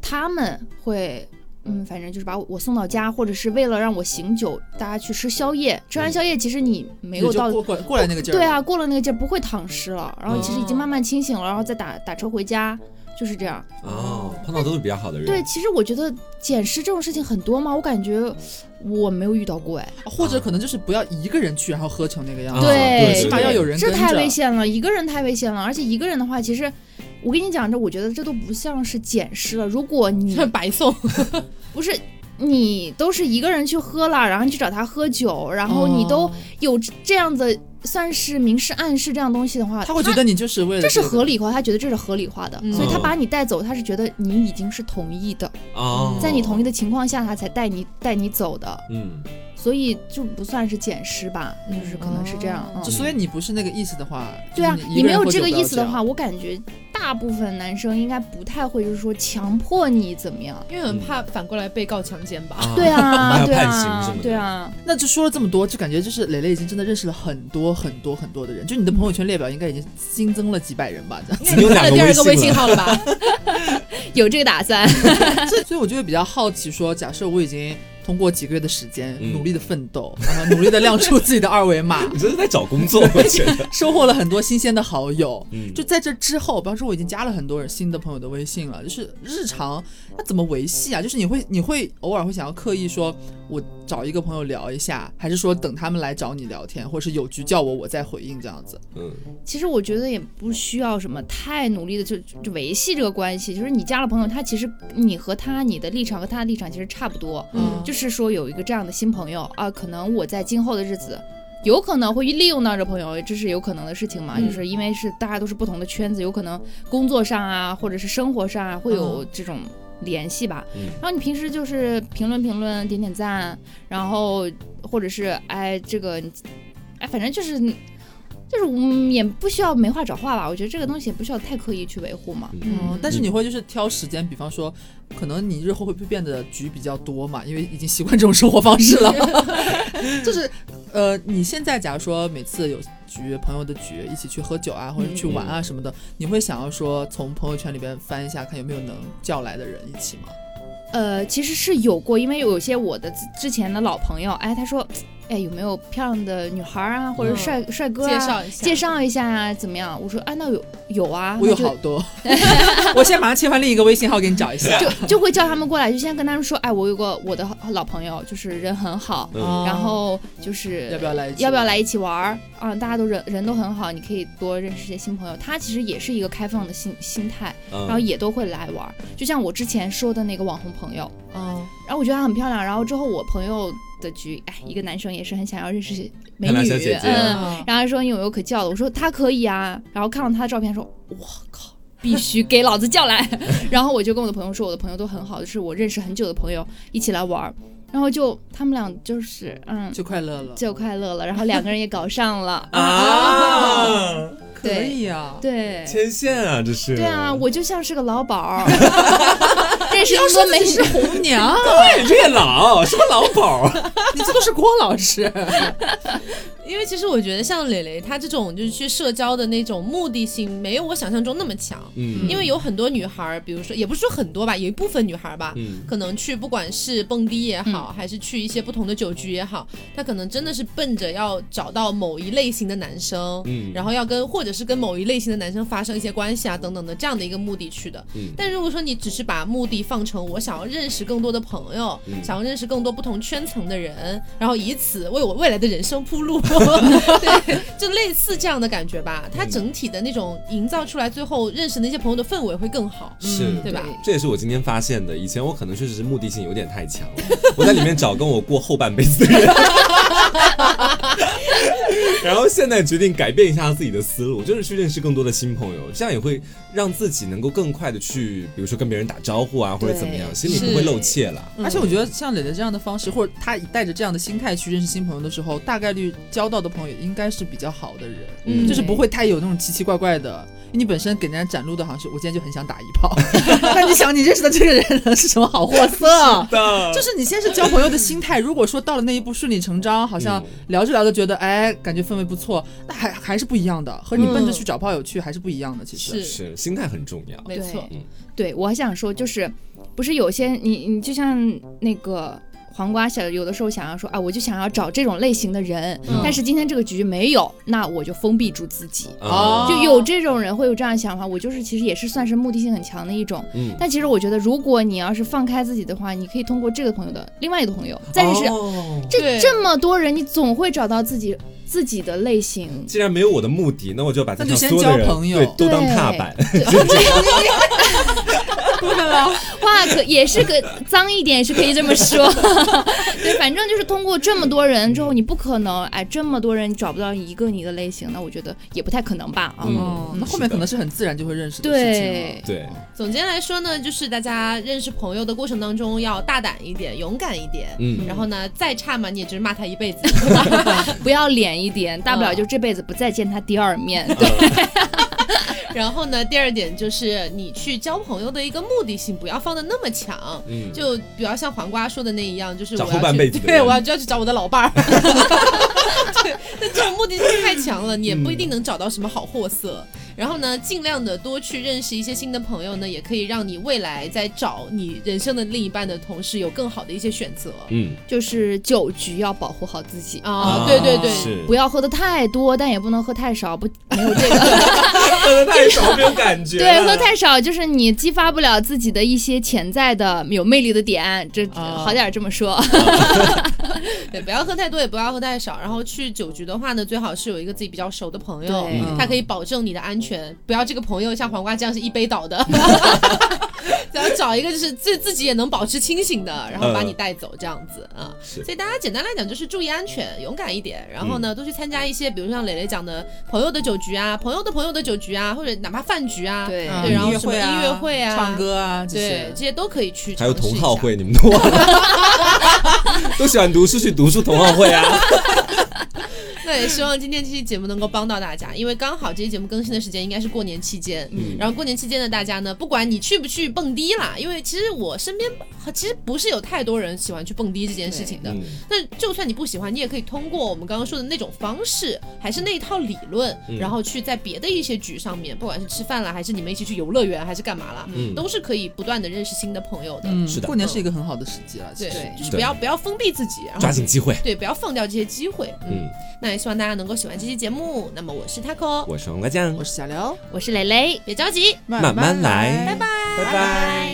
S4: 他们会。嗯，反正就是把我我送到家，或者是为了让我醒酒，大家去吃宵夜。吃完宵夜，其实你没
S3: 也
S4: 有
S3: 嗯就
S4: 到
S3: 过过过来那个劲儿，嗯
S4: 对，啊，过了那个劲儿不会躺尸了，然后其实已经
S1: 哦
S4: 慢慢清醒了，然后再打打车回家，就是这样。
S2: 哦，碰到都是比较好的人，
S4: 对，其实我觉得捡尸这种事情很多嘛，我感觉我没有遇到过哎，
S3: 或者可能就是不要一个人去，然后喝成那个样
S2: 啊
S3: 子，
S4: 对
S3: 起码要有人
S4: 这
S3: 跟着，
S4: 太危险了，一个人太危险了，而且一个人的话，其实我跟你讲，这我觉得这都不像是捡尸了，如 果你
S1: 白送，
S4: 不是。你都是一个人去喝了，然后你去找他喝酒，然后你都
S3: 哦
S4: 有这样的算是明示暗示这样东西的话，
S3: 他会觉得你就是为了
S4: 啊这是
S3: 个
S4: 合理化，他觉得这是合理化的，
S1: 嗯
S4: 所以他把你带走，他是觉得你已经是同意的，
S2: 哦，
S4: 在你同意的情况下，他才带你带你走的，
S2: 嗯，
S4: 所以就不算是捡尸吧，
S1: 嗯
S4: 就是可能是这样。嗯
S3: 就所以你不是那个意思的话，
S4: 对啊
S3: 就是，一个
S4: 你没
S3: 人
S4: 有
S3: 喝
S4: 这
S3: 酒
S4: 个
S3: 不要
S4: 意思的
S3: 样
S4: 话，，我感觉大部分男生应该不太会，就是说强迫你怎么
S3: 啊
S4: 样。
S1: 因为很怕反过来被告强奸吧。
S2: 啊
S4: 对，
S2: 还
S4: 啊，
S2: 有
S4: 对
S2: 判刑什
S4: 啊
S2: 么的，
S4: 对啊，
S3: 那就说了这么多，就感觉就是蕾蕾已经真的认识了很多很多很多的人，就你的朋友圈列表应该已经新增了几百人吧，这样。
S1: 应该你换了第二个微信号了 吧？
S4: 有这个打算。
S3: 这所以我就会比较好奇说，假设我已经通过几个月的时间
S2: 嗯
S3: 努力的奋斗，然后努力的亮出自己的二维码，
S2: 你这是在找工作，我觉得，
S3: 收获了很多新鲜的好友。
S2: 嗯，
S3: 就在这之后，比方说我已经加了很多人新的朋友的微信了，就是日常那怎么维系啊？就是你会你会偶尔会想要刻意说，我找一个朋友聊一下，还是说等他们来找你聊天，或者是有局叫我我再回应这样子？
S2: 嗯
S4: 其实我觉得也不需要什么太努力的就就维系这个关系，就是你加了朋友，他其实你和他你的立场和他的立场其实差不多，
S1: 嗯
S4: 就是说有一个这样的新朋友啊，可能我在今后的日子。有可能会利用到这朋友，这是有可能的事情嘛？
S1: 嗯
S4: 就是因为是大家都是不同的圈子，有可能工作上啊，或者是生活上啊，会
S1: 哦
S4: 有这种联系吧。
S2: 嗯
S4: 然后你平时就是评论评论，点点赞，然后或者是哎这个你，哎反正就是就是嗯也不需要没话找话吧，我觉得这个东西也不需要太刻意去维护嘛。
S1: 嗯
S3: 哦但是你会就是挑时间，比方说，可能你日后会不会变得局比较多嘛？因为已经习惯这种生活方 式了。就是，呃，你现在假如说每次有局朋友的局，一起去喝酒啊，或
S4: 嗯
S3: 者去玩啊什么的，你会想要说从朋友圈里边翻一下，看有没有能叫来的人一起吗？
S4: 呃，其实是有过，因为有些我的之之前的老朋友，哎，他说，哎，有没有漂亮的女孩儿啊，或者
S1: 嗯
S4: 帅、帅哥、啊、
S1: 介绍一下，
S4: 介绍一下啊，怎么样？我说，哎，那有有啊，
S3: 我有
S4: 那就
S3: 好 多，我现在马上切换另一个微信号给你找一下。
S4: 就就会叫他们过来，就先跟他们说，哎，我有个我的老朋友，就是人很好，
S2: 嗯
S4: 然
S1: 哦
S4: 后就是
S3: 要不要来一起？
S4: 要不要来一起玩儿啊？大家都人人都很好，你可以多认识一些新朋友。他其实也是一个开放的心心态，然后
S2: 嗯，
S4: 也都会来玩儿。就像我之前说的那个网红朋友，
S3: 哦？
S4: 然后我觉得她很漂亮，然后之后我朋友的局，
S2: 嗯
S4: 哎，一个男生也是很想要认识美
S2: 漂亮嗯
S4: 女，
S2: 小姐姐。
S4: 嗯，
S1: 嗯，
S4: 然后他说你有没有可叫的？我说他可以啊，然后看到他的照片说，我靠。必须给老子叫来！然后我就跟我的朋友说，我的朋友都很好，就是我认识很久的朋友一起来玩儿，然后就他们俩就是嗯，
S3: 就快乐了
S4: 就快乐了，然后两个人也搞上了
S2: 啊，
S3: 可以啊。
S4: 对
S2: 牵线啊，这是，
S4: 对啊，我就像是个老 鸨儿，认识那么多美女，
S3: 红娘，
S2: 哎对月老什么老鸨儿啊，
S3: 你这都是郭老师。
S1: 因因为其实我觉得像蕾蕾她这种就是去社交的那种目的性，没有我想象中那么强。
S2: 嗯
S1: 因为有很多女孩儿，比如说也不是说很多吧，有一部分女孩儿吧，
S2: 嗯
S1: 可能去不管是蹦迪也好，还是去一些不同的酒局也好，她可能真的是奔着要找到某一类型的男生，
S2: 嗯，
S1: 然后要跟或者是跟某一类型的男生发生一些关系啊等等的这样的一个目的去的。
S2: 嗯
S1: 但如果说你只是把目的放成我想要认识更多的朋友，
S2: 嗯
S1: 想要认识更多不同圈层的人，然后以此为我未来的人生铺路，对，就类似这样的感觉吧。它整体的那种营造出来，最后认识那些朋友的氛围会更好，
S2: 是
S3: 嗯
S1: 对吧？
S2: 这也是我今天发现的。以前我可能确实是目的性有点太强了，我在里面找跟我过后半辈子的人，然后现在决定改变一下自己的思路，就是去认识更多的新朋友，这样也会让自己能够更快的去，比如说跟别人打招呼啊，或者怎么样，
S4: 对
S2: 心里不会露怯了。
S1: 嗯
S3: 而且我觉得像磊磊这样的方式，或者他以带着这样的心态去认识新朋友的时候，大概率交到的朋友应该是比较好的人，
S1: 嗯
S3: 就是不会太有那种奇奇怪怪的。因为你本身给人家展露的好像是我今天就很想打一炮， 那你想你认识的这个人是什么好货色？
S2: 的
S3: 就是你先是交朋友的心态，如果说到了那一步顺理成章，好像
S2: 嗯
S3: 聊着聊着觉得哎感觉氛围不错，那还还是不一样的，和你奔着去找炮友去还是不一样的。其实
S1: 是
S2: 是心态很重要。
S1: 没错，
S2: 嗯
S4: 对，我还想说就是，不是有些你你就像那个黄瓜想有的时候想要说啊，我就想要找这种类型的人，
S1: 嗯
S4: 但是今天这个局没有，那我就封闭住自己。
S2: 啊
S4: 就有这种人会有这样的想法，我就是其实也是算是目的性很强的一种。
S2: 嗯，
S4: 但其实我觉得，如果你要是放开自己的话，你可以通过这个朋友的另外一个朋友再认识
S2: 哦
S1: 对
S4: 这这么多人，你总会找到自己自己的类型。
S2: 既然没有我的目的，那我就把
S3: 那
S2: 这
S3: 就先
S2: 所有的人
S3: 交朋友
S2: 对都当
S4: 对
S2: 踏板。
S4: 话可也是个脏一点，也是可以这么说。 对，反正就是通过这么多人之后，你不可能哎，这么多人你找不到一个你的类型，那我觉得也不太可能吧啊。
S2: 嗯
S3: 哦，那后面可能是很自然就会认识的事情了。
S4: 对，
S2: 对，
S1: 总结来说呢，就是大家认识朋友的过程当中要大胆一点，勇敢一点。
S2: 嗯
S1: 然后呢，再差嘛，你也只是骂他一辈子。
S4: 不要脸一点，大不了就这辈子不再见他第二面。对，
S1: 然后呢，第二点就是你去交朋友的一个目的性不要放的那么强，
S2: 嗯，
S1: 就比较像黄瓜说的那一样，就是我
S2: 找
S1: 要
S2: 后半
S1: 去
S2: 辈子的
S1: 对
S2: 人
S1: 我要就要去找我的老伴儿。 对，那这种目的性太强了，你也不
S2: 嗯
S1: 一定能找到什么好货色。然后呢，尽量的多去认识一些新的朋友呢，也可以让你未来在找你人生的另一半的同时，有更好的一些选择。
S2: 嗯
S4: 就是酒局要保护好自己啊。
S1: 啊，对对对，
S2: 是
S4: 不要喝的太多，但也不能喝太少，不没有这个。
S2: 喝的太少没有感觉
S4: 对，喝太少就是你激发不了自己的一些潜在的有魅力的点，这
S3: 哦
S4: 好点儿这么说。
S1: 对，不要喝太多，也不要喝太少。然后去酒局的话呢，最好是有一个自己比较熟的朋友
S4: 对
S3: 嗯，
S1: 他可以保证你的安全，不要这个朋友像黄瓜这样是一杯倒 的。然后找一个就是自自己也能保持清醒的，然后把你带走这样子啊。
S2: 嗯是嗯
S1: 所以大家简单来讲就是注意安全，勇敢一点，然后呢多去参加一些，比如像磊磊讲的朋友的酒局啊，朋友的朋友的酒局啊，或者哪怕饭局啊，
S4: 对
S3: 嗯
S1: 对，然后
S3: 音乐
S1: 什么
S3: 会
S1: 音
S3: 啊、
S1: 乐会啊，
S3: 唱。歌啊这
S1: 对
S3: 些，。
S1: 这些都可以去尝试一下。
S2: 还有同好会，你们都忘了， 都喜欢读书去读书同好会啊。
S1: 那也希望今天这期节目能够帮到大家，因为刚好这期节目更新的时间应该是过年期间。
S2: 嗯
S1: 然后过年期间的大家呢，不管你去不去蹦迪啦，因为其实我身边其实不是有太多人喜欢去蹦迪这件事情的。
S2: 嗯
S1: 那就算你不喜欢，你也可以通过我们刚刚说的那种方式，还是那一套理论，
S2: 嗯
S1: 然后去在别的一些局上面，不管是吃饭啦，还是你们一起去游乐园，还是干嘛啦，
S2: 嗯
S1: 都是可以不断的认识新的朋友的。
S3: 嗯，
S2: 是的
S3: 过年是一个很好的时机啊了。其
S1: 对
S3: 实，
S1: 就是
S2: 对
S1: 不要不要封闭自己，然后
S2: 抓紧机会。
S1: 对，不要放掉这些机会。
S2: 嗯，
S1: 那也希望大家能够喜欢这期节目。那么我是 Taco，
S2: 我是黄瓜酱
S3: 我，是小刘，
S4: 我是蕾蕾。
S1: 别着急，
S2: 慢慢来
S3: 拜拜。
S2: 拜拜。